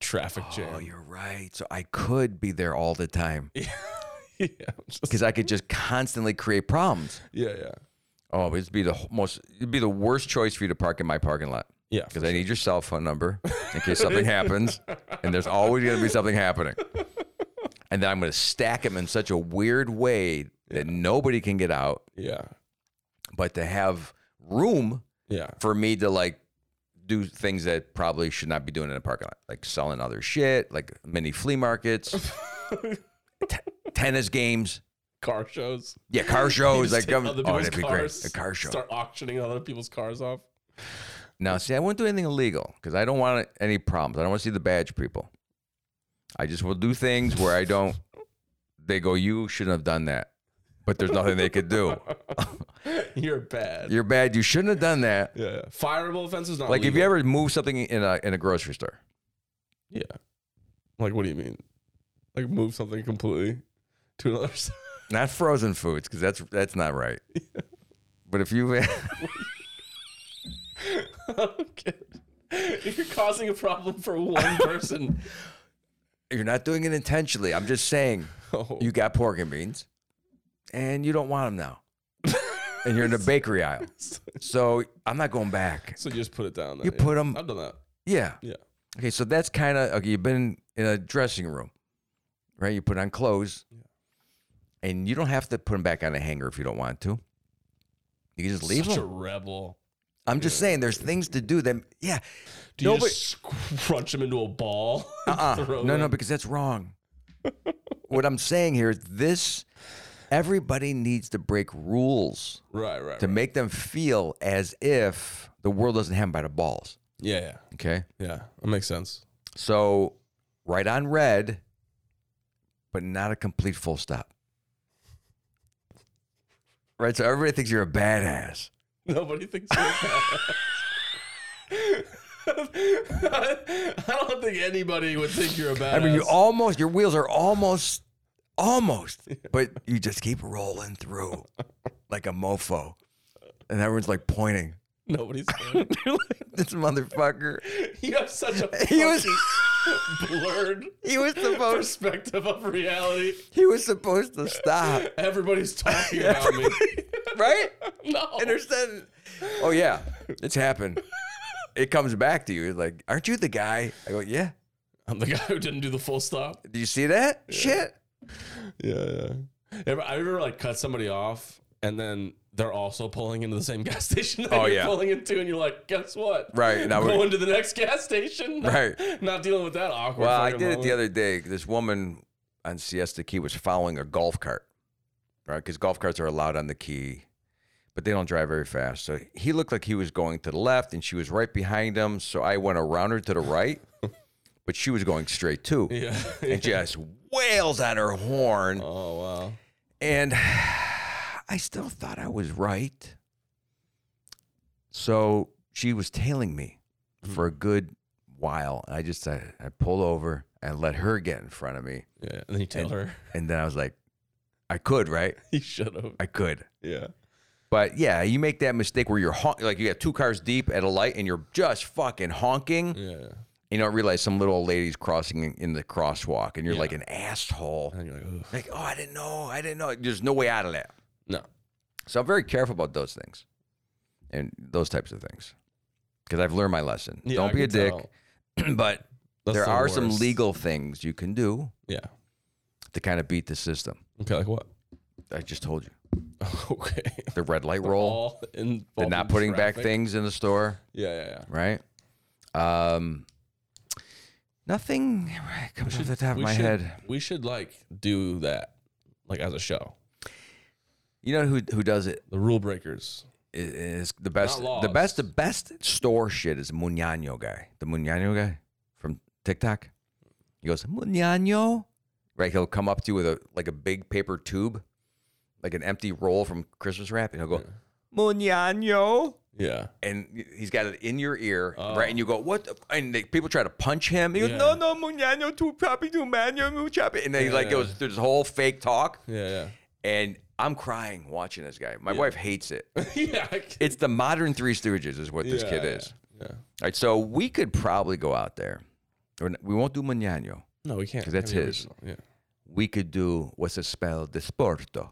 traffic jam. Oh, you're right. So I could be there all the time [laughs] yeah. I'm just- because I could just constantly create problems. yeah. Yeah. Oh, it'd be the h- most, it'd be the worst choice for you to park in my parking lot. Yeah. because I need your cell phone number in case something happens, and there's always going to be something happening. And then I'm going to stack them in such a weird way that nobody can get out, Yeah. but to have room Yeah. for me to like do things that probably should not be doing in a parking lot, like selling other shit, like mini flea markets, [laughs] t- tennis games, Car shows. yeah, car shows. Just Like, take um, [laughs] other oh, people's that'd be great. cars, A car show. Start auctioning other people's cars off. [laughs] Now, see, I wouldn't do anything illegal because I don't want any problems. I don't want to see the badge people. I just will do things where I don't. They go, you shouldn't have done that, but there's nothing they could [laughs] do. You're bad. You're bad. You shouldn't have done that. yeah. yeah. Fireable offenses not Like, if legal. you ever move something in a in a grocery store, Yeah. Like what do you mean? Like move something completely to another [laughs] side. not frozen foods, because that's that's not [laughs] right. But if you, [laughs] [laughs] Okay. You're causing a problem for one person. You're not doing it intentionally. I'm just saying Oh, you got pork and beans, and you don't want them [laughs] now, and you're in the bakery aisle. So I'm not going back. so you just put it down. Then, You yeah. put 'em- I've done that. Yeah. Yeah. Okay, so that's kind of okay. You've been in a dressing room, right? You put on clothes, and you don't have to put them back on a hanger if you don't want to. You can just leave Such a them. rebel. I'm just saying, there's things to do that. Yeah. Do you Nobody- just crunch them into a ball? [laughs] and Uh-uh. throw No, no, them? because that's [laughs] wrong. what I'm saying here is this: everybody needs to break rules Right, right. to right. make them feel as if the world doesn't have them by the balls. Yeah, yeah. Okay. Yeah, that makes sense. So, right on red, but not a complete full stop. Right. So everybody thinks you're a badass. [laughs] Nobody thinks you're a badass. [laughs] I don't think anybody would think you're a badass. I mean, you almost your wheels are almost, almost, but you just keep rolling through like a mofo, and everyone's like pointing. [laughs] Nobody's. This motherfucker. you have such a He was fucking blurred he was supposed perspective of reality. he was supposed to stop. [laughs] Everybody's talking about me. Right? [laughs] no. And they're saying, Oh yeah, it's happened. It comes back to you. It's like, aren't you the guy? I go, Yeah. I'm the guy who didn't do the full stop. Do you see that? Shit. Yeah, yeah. Ever- I ever like cut somebody off and then they're also pulling into the same [laughs] gas station that Oh, you're yeah. pulling into, and you're like, guess what? Right, and I would- Going to the next gas station. [laughs] Not, Right. Not dealing with that awkward. Well, I fucking did it the moment. other day. This woman on Siesta Key was following a golf cart, right? Because golf carts are allowed on the key, but they don't drive very fast. So he looked like he was going to the left, and she was right behind him. So I went around her to the right, but she was going straight too, [laughs] Yeah. and just wails on her horn. [laughs] oh wow. And [sighs] I still thought I was right. So she was tailing me for a good while. And I just, I, I pulled over and let her get in front of me. Yeah. And then you tell her [laughs] And then I was like, I could, right? you should have. I could. Yeah. But yeah, you make that mistake where you're honk- like you got two cars deep at a light and you're just fucking honking. Yeah. You don't realize some little old lady's crossing in- in the crosswalk and you're Yeah. like an asshole. And you're like, Ugh. Like, oh, I didn't know. I didn't know. There's no way out of that. no. So I'm very careful about those things and those types of things because I've learned my lesson. Yeah, Don't I be a can dick, tell. [clears throat] but That's there the are some worst. legal things you can do Yeah. to kind of beat the system. Okay. Like what? [laughs] I just told you okay. the red light roll, All in. the not putting back traffic. things in the store, Yeah. Yeah. Yeah. right? Um, nothing comes off the top of We my should- head. We should like do that, like as a show. You know who who does it The rule breakers. I- is the best. The laws. best. The best store shit is Muñano guy. The Muñano guy from TikTok. He goes Muñano, right? He'll come up to you with a like a big paper tube, like an empty roll from Christmas wrap, and he'll go Muñano, Yeah. and y- he's got it in your ear, Oh. right? And you go what? the-" And they, people try to punch him. He goes Yeah. No, no, Muñano, tu papi, tu mano, mu chapi, and then he like Yeah. goes through this whole fake talk, Yeah. and I'm crying watching this guy. My wife hates it. Yeah. [laughs] yeah. I c- It's the modern Three Stooges, is what this yeah, kid yeah, is. Yeah. All right, so we could probably go out there. Or n- We won't do Manano. No, we can't. 'Cause that's have the his. original, We could do what's it spelled? Desporto.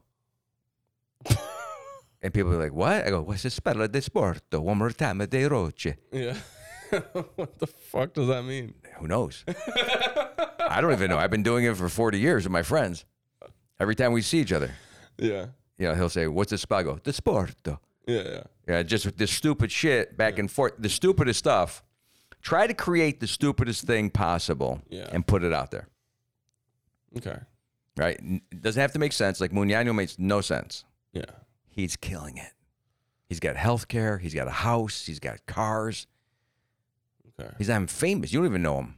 and people are like, what? I go, what's it spelled? Desporto. One more time. De roche. [laughs] Yeah. [laughs] Yeah. what the fuck does that mean? Who [laughs] knows? I don't even know. I've been doing it for 40 years with my friends. Every time we see each other, Yeah. you know, he'll say, what's it spelled? I go, Desporto. Yeah. Yeah. Yeah, just with this stupid shit back and forth, the stupidest stuff. Try to create the stupidest thing possible Yeah. and put it out there. Okay. Right? N- It doesn't have to make sense. Like Mugnano makes no sense. Yeah. He's killing it. He's got health care. He's got a house. He's got cars. Okay. He's not even famous. You don't even know him.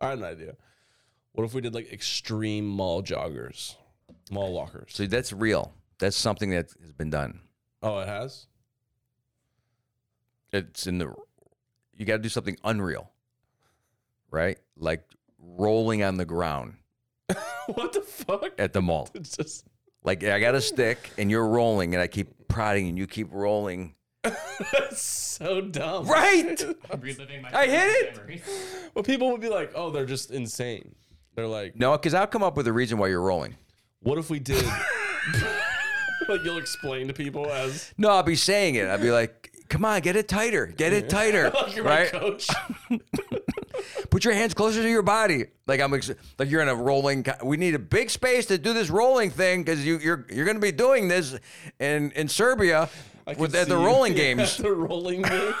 I had an idea. What if we did like extreme mall joggers, mall walkers? So that's real. That's something that has been done. oh, it has. [laughs] It's in the. You got to do something unreal, right? Like rolling on the ground what the fuck? at the mall. [laughs] It's just Like I got a stick and you're rolling and I keep prodding and you keep rolling That's so dumb. Right. I'm reliving my. I hit childhood memories. [laughs] Well, people would be like, "Oh, they're just insane." They're like, No, because I'll come up with a reason why you're rolling. "What if we [laughs] did?" like you'll explain to people as No, I'll be saying it. I'll be like, come on, get it tighter. Get it [laughs] tighter. like, you're right? my coach. Put your hands closer to your body. Like I'm ex- like you're in a rolling co- we need a big space to do this rolling thing cuz you you're you're going to be doing this in in Serbia I with can at the see you. [laughs] rolling Yeah, games. the [laughs] rolling games.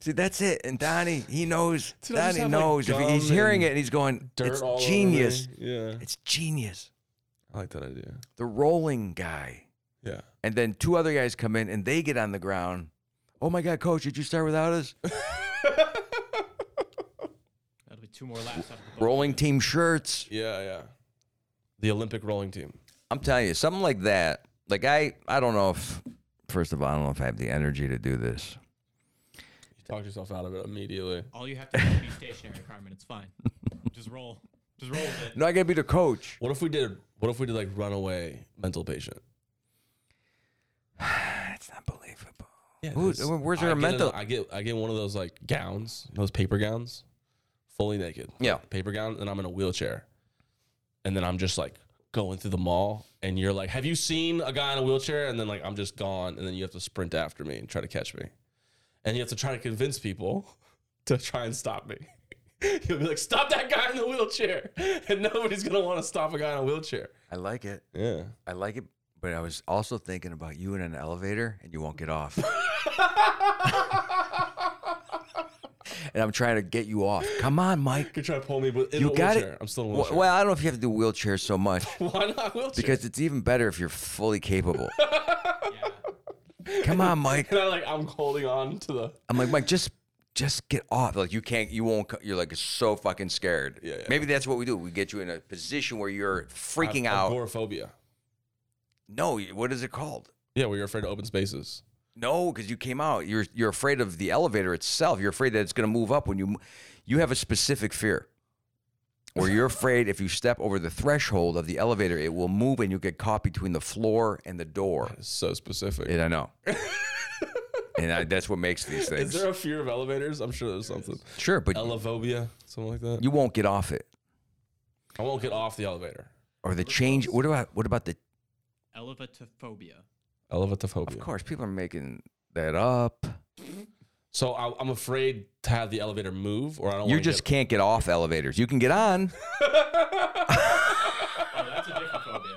See, that's it. And Donnie, he knows. Dude, I just Donnie have, like, knows. If he- he's gum hearing and it and he's going, Dirt it's all over me. genius. Yeah, It's genius. I like that idea. The rolling guy. Yeah. And then two other guys come in and they get on the ground. Oh my God, coach, did you start without us? That'll be two more laps after the boat. Rolling team shirts. Yeah, yeah. The Olympic rolling team. I'm telling you, something like that. Like I, I don't know if, first of all, I don't know if I have the energy to do this. You talked yourself out of it immediately. All you have to do is be stationary, Carmen. [laughs] It's fine. Just roll. Just roll with it. No, I gotta be the coach. What if we did? What if we did like runaway mental patient? That's not believable. Yeah, Ooh, there's- where's there I a get mental- I get I get one of those like gowns, those paper gowns, fully naked. Yeah. paper gown, and I'm in a wheelchair, and then I'm just like going through the mall, and you're like, "Have you seen a guy in a wheelchair?" And then like I'm just gone, and then you have to sprint after me and try to catch me, and you have to try to convince people [laughs] to try and stop me. [laughs] You'll be like, "Stop that guy in the wheelchair," [laughs] and nobody's gonna want to stop a guy in a wheelchair. I like it. Yeah. I like it. But I was also thinking about you in an elevator and you won't get [laughs] off. and I'm trying to get you off. Come on, Mike. You're trying to pull me, but in You the got wheelchair. it. I'm still in a Well, wheelchair. well, I don't know if you have to do wheelchairs so much [laughs] Why not wheelchair? because it's even better if you're fully [laughs] capable. Yeah. Come on, Mike. and I like I'm holding on to the I'm like, Mike, just just get off. Like you can't, you won't. co- You're like so fucking scared. Yeah, yeah. Maybe that's what we do. We get you in a position where you're freaking ag- out. agoraphobia. No, what is it called? Yeah, where you're afraid of open spaces. No, because you came out. You're you're afraid of the elevator itself. You're afraid that it's going to move up when you m- you have a specific fear, or you're afraid if you step over the threshold of the elevator, it will move and you get caught between the floor and the door. It's so specific. And I [laughs] know, and I, that's what makes these Is things there a fear of elevators? I'm sure there's something. sure, but Elephobia, something like that. you won't get off it. I won't get off the elevator. Or the change. What about what about the? Elevatophobia. Elevatophobia. Of course, people are making that up. So I, I'm afraid to have the elevator move, or I don't. You wanna just [laughs] get, can't get off elevators. You can get on. Oh, that's a [laughs] different phobia.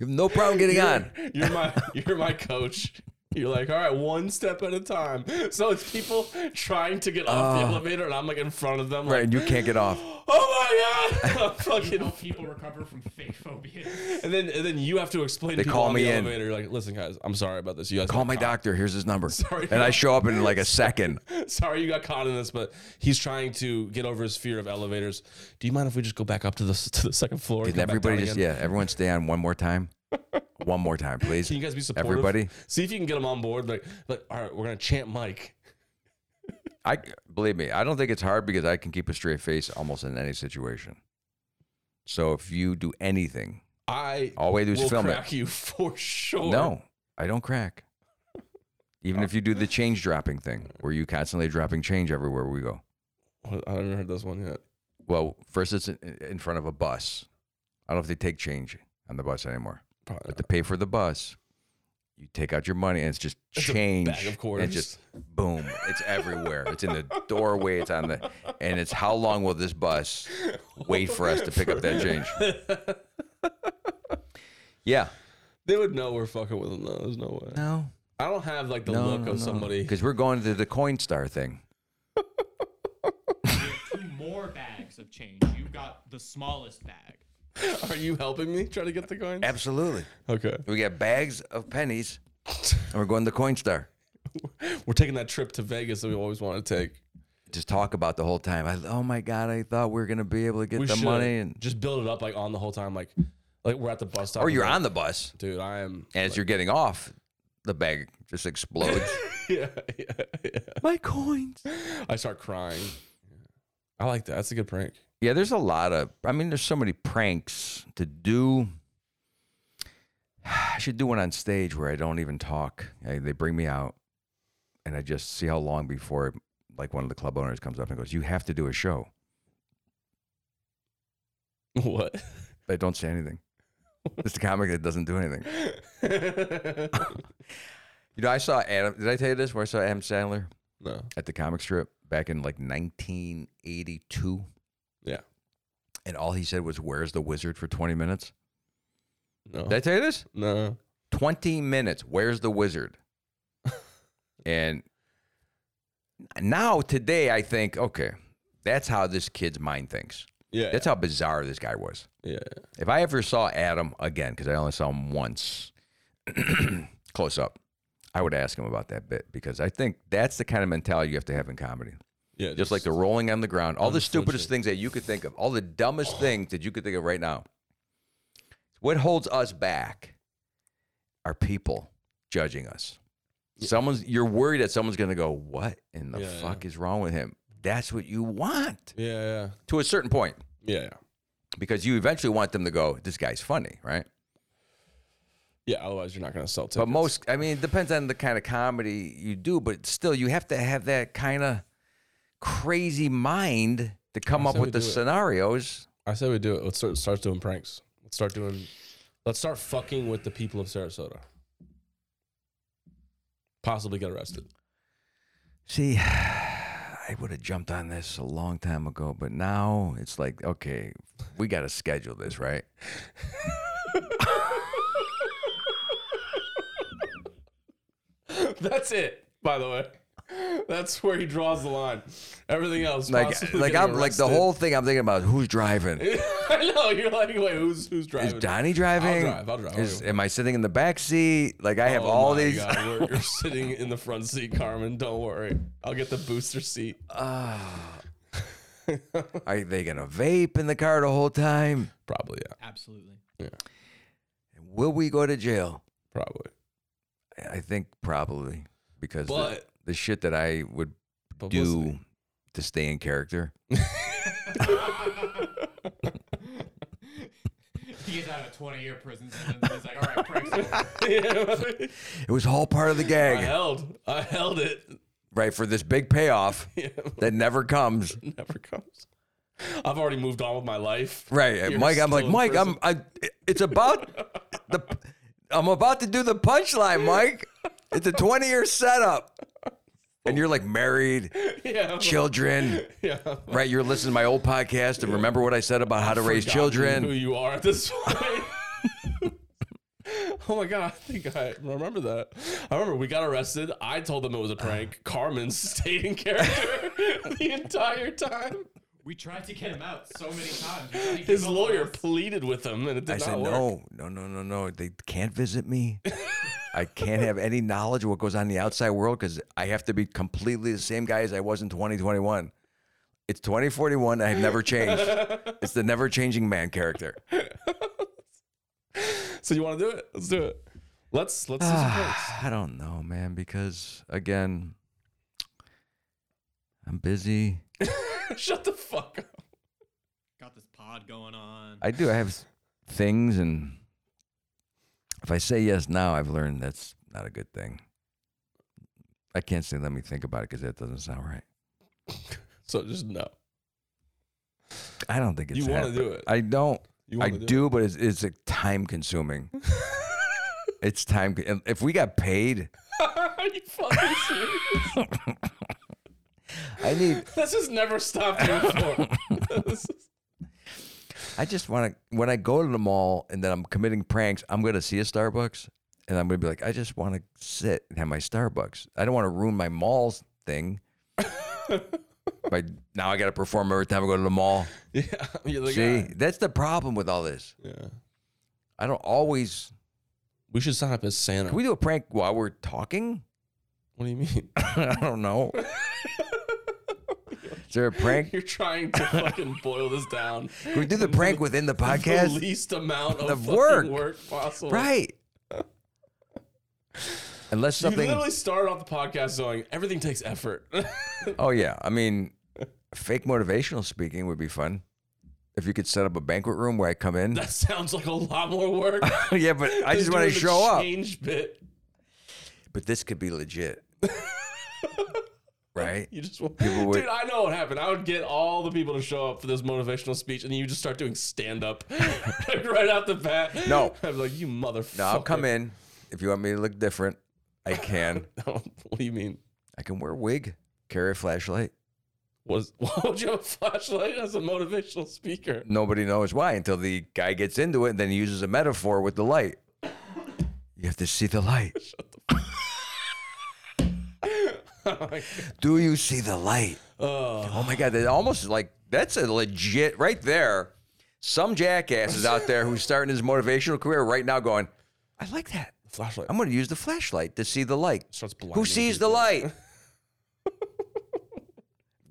You have no problem getting [laughs] on. You're my you're my coach. You're like, all right, one step at a time. So it's people trying to get off the elevator, and I'm like in front of them, Oh. Right, like, and you can't get off. oh my god, [laughs] I'm fucking Help people recover from fake phobias. And then and then you have to explain They to people call on me the in. elevator, you're like, listen guys, I'm sorry about this. You guys Call got my caught. doctor. Here's his number. Sorry. and I show up in like a second. [laughs] Sorry you got caught in this, but he's trying to get over his fear of elevators. Do you mind if we just go back up to the to the second floor? and Did come back everybody down just again? yeah? Everyone stay on one more [laughs] time. One more time, please. Can you guys be supportive? Everybody? See if you can get him on board. Like, like all right, we're gonna chant Mike. I believe me. I don't think it's hard because I can keep a straight face almost in any situation. So if you do anything, I all we do is will film it. crack you [laughs] for sure. No, I don't crack. Even if you do the change dropping thing, where you constantly dropping change everywhere we go. I haven't heard this one yet. Well, first it's in, in front of a bus. I don't know if they take change on the bus anymore. Probably But to pay for the bus, you take out your money and it's just a change. bag of and quarters. it's just boom. It's everywhere. it's in the doorway. It's on the and it's how long will this bus wait for us to pick up that [laughs] change? Yeah. They would know we're fucking with him though. There's no way. No. I don't have like the look of somebody. Because we're going to the Coinstar thing. You have two more bags of change. You got the smallest [laughs] bag. Are you helping me try to get the coins? Absolutely. Okay. We got bags of pennies and we're going to Coinstar. We're taking that trip to Vegas that we always wanted to take. Just talk about the whole time. I, oh my God, I thought we were going to be able to get We the should money. and just build it up like on the whole time, like like we're at the bus stop. Or you're and, on the bus. like, dude. I am. And as you're getting off, the bag just explodes. Yeah, yeah, yeah. my coins. I start crying. I like that. That's a good prank. Yeah, there's a lot of. I mean, there's so many pranks to do. [sighs] I should do one on stage where I don't even talk. I, they bring me out, and I just see how long before like one of the club owners comes up and goes, "You have to do a show." [laughs] What? But I don't say anything. It's a comic that doesn't do anything. You know, I saw Adam. Did I tell you this? Where I saw Adam Sandler no. at the comic strip back in like 1982, Yeah. and all he said was, "Where's the wizard?" for 20 minutes. No. Did I tell you this? no. 20 minutes. Where's the wizard? and now today I think, okay, that's how this kid's mind thinks. Yeah. That's how bizarre this guy was. yeah. If I ever saw Adam again, because I only saw him once [clears throat] close up, I would ask him about that bit because I think that's the kind of mentality you have to have in comedy. Yeah. Just like the rolling on the ground, all the stupidest Unflinching. things that you could think of, all the dumbest things that you could think of right now. What holds us back are people judging us. Someone's you're worried that someone's gonna go, What in the Yeah, yeah. fuck is wrong with him? That's what you want Yeah. Yeah. to a certain point. Yeah. Yeah. Because you eventually want them to go, This guy's funny, right? Yeah. Otherwise, you're not gonna sell tickets. But most, I mean, it depends on the kind of comedy you do, but still, you have to have that kind of crazy mind to come That's up how we with the do it. scenarios. I say we do it. Let's start, start doing pranks. Let's start doing. Let's start fucking with the people of Sarasota. Possibly get arrested. See, [sighs] I would have jumped on this a long time ago, but now it's like, okay, we got to schedule this, [laughs] right? That's it. By the way, that's where he draws the line. Everything else, Like, possibly like getting I'm like the arrested. whole thing. I'm thinking about is who's driving. [laughs] I know you're like, wait, who's Is who's driving? Donnie driving? drive, I'll drive, Is, I'll- am I sitting in the back seat? Like I have Oh all my these. God, we're- you're sitting in the front seat, Carmen. Don't worry, I'll get the booster seat. [laughs] Are they gonna vape in the car the whole time? Probably, yeah, Absolutely. Will we go to jail? probably. I think probably because the, But- the shit that I would do Publicity. to stay in character. He gets out of a 20 year prison sentence and he's like, all right, prank's over." [laughs] [laughs] Yeah. It was all part of the [laughs] I gag, held, I held it. [laughs] right? For this big payoff Yeah, that never comes. it never comes. I've already moved on with my life. Right, You're Mike. I'm still like in Mike. I'm. I, it's about the. I'm about to do the punchline, Mike. It's a 20 year setup, and you're like married, [laughs] Yeah, children. yeah. Right, you're listening to my old podcast and remember what I said about how to raise Forgotten Who children. you are at this point. [laughs] oh my god, I think I remember that. I remember we got arrested. I told them it was a prank. Carmen stayed in character [laughs] the entire time. We tried to get him out so many times. We tried to His get him lawyer out. pleaded with him, and it did I not said, work. no, no, no, no, no. They can't visit me. I can't have any knowledge of what goes on in the outside world because I have to be completely the same guy as I was in 2021. It's 2041. I've never changed. it's the never changing man character. So you want to do it? Let's do it. Let's let's do [sighs] some pranks. Ah, I don't know, man, because again, I'm busy. [laughs] Shut the fuck up. Got this pod going on. I do. I have things, and if I say yes now, I've learned that's not a good thing. I can't say let me think about it because that doesn't sound right. So just no. I don't think it's. You wanna happen- do it. I don't. You I want do, to do? but it's it's like, time [laughs] consuming. it's time. co- and If we got paid, [laughs] Are you fucking serious? I need. This has never stopped you before. [laughs] This is- I just want to. When I go to the mall and then I'm committing pranks, I'm gonna see a Starbucks and I'm gonna be like, I just want to sit and have my Starbucks. I don't want to ruin my mall's [laughs] thing. By now, I gotta perform every time I go to the mall. yeah, you're the See, guy. that's the problem with all this. Yeah. I don't always. We should sign up as Santa. Can we do a prank while we're talking? [laughs] what do you mean? I don't [laughs] know. Is there a prank? You're trying to fucking boil this [laughs] down. Can we do the prank within the The podcast? least amount of The fucking work. work. possible. Right. Unless You something. literally started off the podcast going, everything takes effort. [laughs] Oh, yeah. I mean, fake motivational speaking would be fun. If you could set up a banquet room where I come [laughs] in, [laughs] That sounds like a lot more work. yeah, but [laughs] I just want to show up. Change bit. But this could be legit, right? You just want, People would- dude. I know what happened. I would get all the people to show up for this motivational speech, and you just start doing stand up like [laughs] right out the bat. No. [laughs] I'm like you motherfucker. No, I'll come in if you want me to look different. I can. [laughs] what do you mean? I can wear a wig, carry a flashlight. Was [laughs] why would you have a flashlight as a motivational speaker? Nobody knows why until the guy gets into it and then he uses a metaphor with the light. You have to see the light. Do you see the light? Oh, Oh my God, that almost like that's a legit right there. Some jackasses out there who's starting his motivational career right now going, I like that. flashlight. I'm going to use the flashlight to see the light. Starts blinding Who sees the people. light?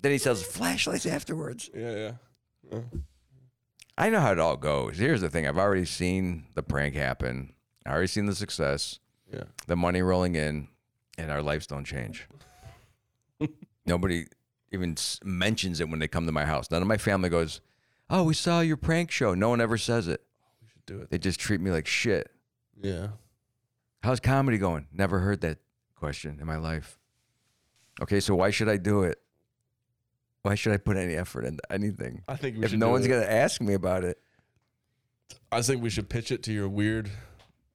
then he sells flashlights afterwards. Yeah, yeah. I know how it all goes. Here's the thing I've already seen the prank happen, i already seen the success, Yeah. the money rolling in, and our lives don't [laughs] change. Nobody even s- mentions it when they come to my house. None of my family goes, Oh, we saw your prank show. No one ever says it. We should do it. They just treat me like shit. Yeah. How's comedy going? Never heard that question in my life. Okay, so why should I do it? Why should I put any effort into anything? I think we If should no do one's it. going to ask me about it, I think we should pitch it to your weird,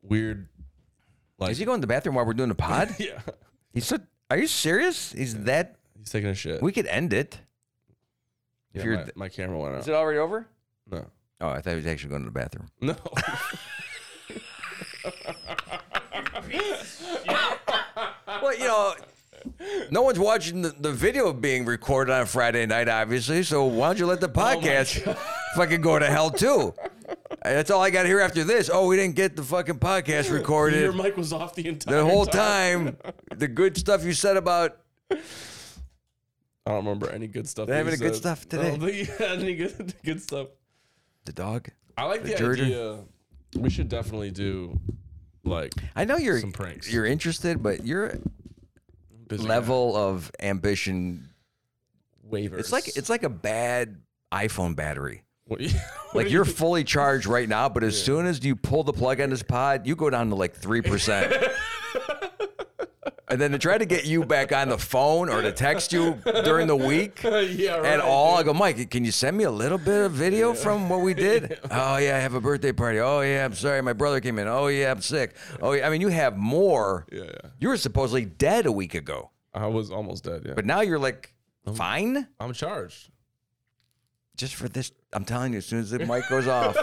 weird. Like is [laughs] he going to the bathroom while we're doing the pod? yeah, He's so. Are you serious? He's that. he's taking a shit. We could end it. yeah, if you're my, th- my camera went out. it already over? [laughs] no, Oh, I thought he was actually going to the bathroom. no. Well, you know, no one's watching the, the video being recorded on Friday night, obviously. So why don't you let the podcast [laughs] fucking go to hell too? That's all I got to hear after this. Oh, we didn't get the fucking podcast your recorded mic was off the entire the whole time. The good stuff you said about I don't remember any good stuff. They're that you having a good said. stuff I don't today. think you had any good [laughs] good stuff. the dog. I like the, Jordan. idea. We should definitely do like I know you're Some pranks. you're interested, but your busy level of ambition waivers. it's like it's like a bad iPhone battery. What- Like you're fully charged right now, but as soon as you pull the plug on this pod, you go down to like three percent. And then to try to get you back on the phone or to text you during the week [laughs] yeah, [laughs] [laughs] right. at all, I go, Mike, can you send me a little bit of video from what we [laughs] did? Oh yeah, I have a birthday party. Oh yeah, I'm sorry, my brother came in. Oh yeah, I'm sick. Oh yeah, I mean you have more. Yeah, yeah. You were supposedly dead a week ago, I was almost dead. Yeah, but now you're like Oh. fine. I'm charged. just for this. I'm telling you, as soon as the mic [laughs] goes off,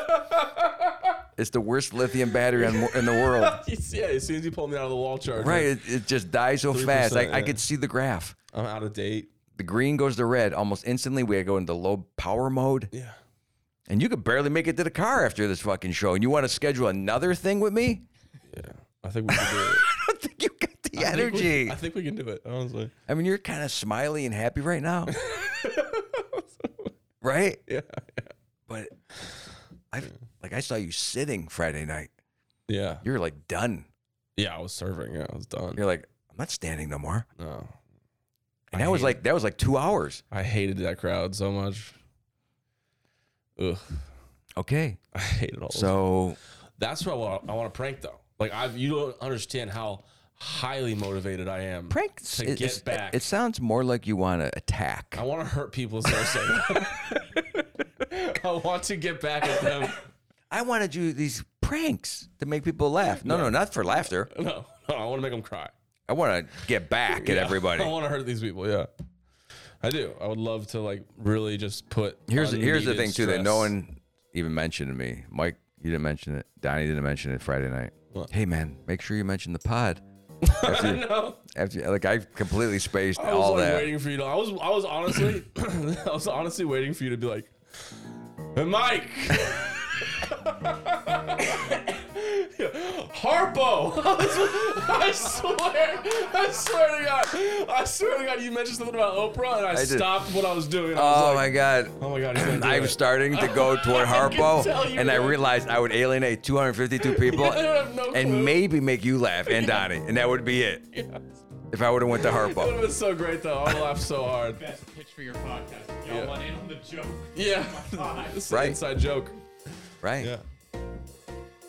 it's the worst lithium battery in, in the [laughs] world. He's- yeah, as soon as you pull me out of the wall charge, Right? It, it just dies so fast. I, 3%, I yeah. could see the graph. I'm out of date. The green goes to red almost instantly. We go into low power mode, Yeah. and you could barely make it to the car after this fucking show. And you want to schedule another thing with me? [laughs] Yeah. I think we can do it. I don't think you got the I think we- energy. I think we can do it. Honestly. I mean, you're kind of smiley and happy right [laughs] now, right? Yeah. But I like I saw you sitting Friday night. Yeah. You're like done. Yeah. I was serving. Yeah. I was done. You're like I'm not standing no more. No. And I that was hate like that was like two hours. I hated that crowd so much. Ugh. Okay. I hated all. So So that's what I want. I want to prank though. Like I've. You don't understand how highly motivated I am. pranks. To It, get it's- back. it sounds more like you want to attack. I want to hurt people [laughs] so so. [laughs] I want to get back at them. I want to do these pranks to make people laugh. No, no, not for laughter. No, no, I want to make them cry. I want to get back at Yeah. everybody. [laughs] I want to hurt these people. Yeah, I do. I would love to like really just put. Here's here's the unneeded thing too that no stress. one even mentioned to me. Mike, you didn't mention it. Donnie didn't mention it Friday night. What? Hey man, make sure you mention the [laughs] pod. I [laughs] know. After like I completely spaced I was all like that. waiting for you to. I was. I was honestly. [clears throat] I was honestly waiting for you to be like, "Hey, Mike. [laughs] Harpo. [laughs] I swear. I swear to God. I swear to God. You mentioned something about Oprah, and I, did. stopped what I was doing. I was Oh like, my god. Oh my God. [clears throat] he's gonna do I it. was starting to go toward I can Harpo, tell you and I that. realized I would alienate 252 people [laughs] [laughs] I have no and clue. maybe make you laugh and Donnie, and that would be it. Yes. if I would have went to It [laughs] would have Harpo. been so great though. I would laugh so hard. Best pitch for your podcast. Y'all Yeah. want in on the joke. Yeah. God. [laughs] It's an Right. inside joke. Right. Yeah.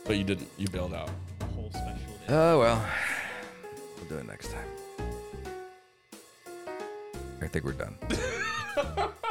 But you didn't. You bailed out. The whole special. is- Oh well. We'll do it next time. I think we're done.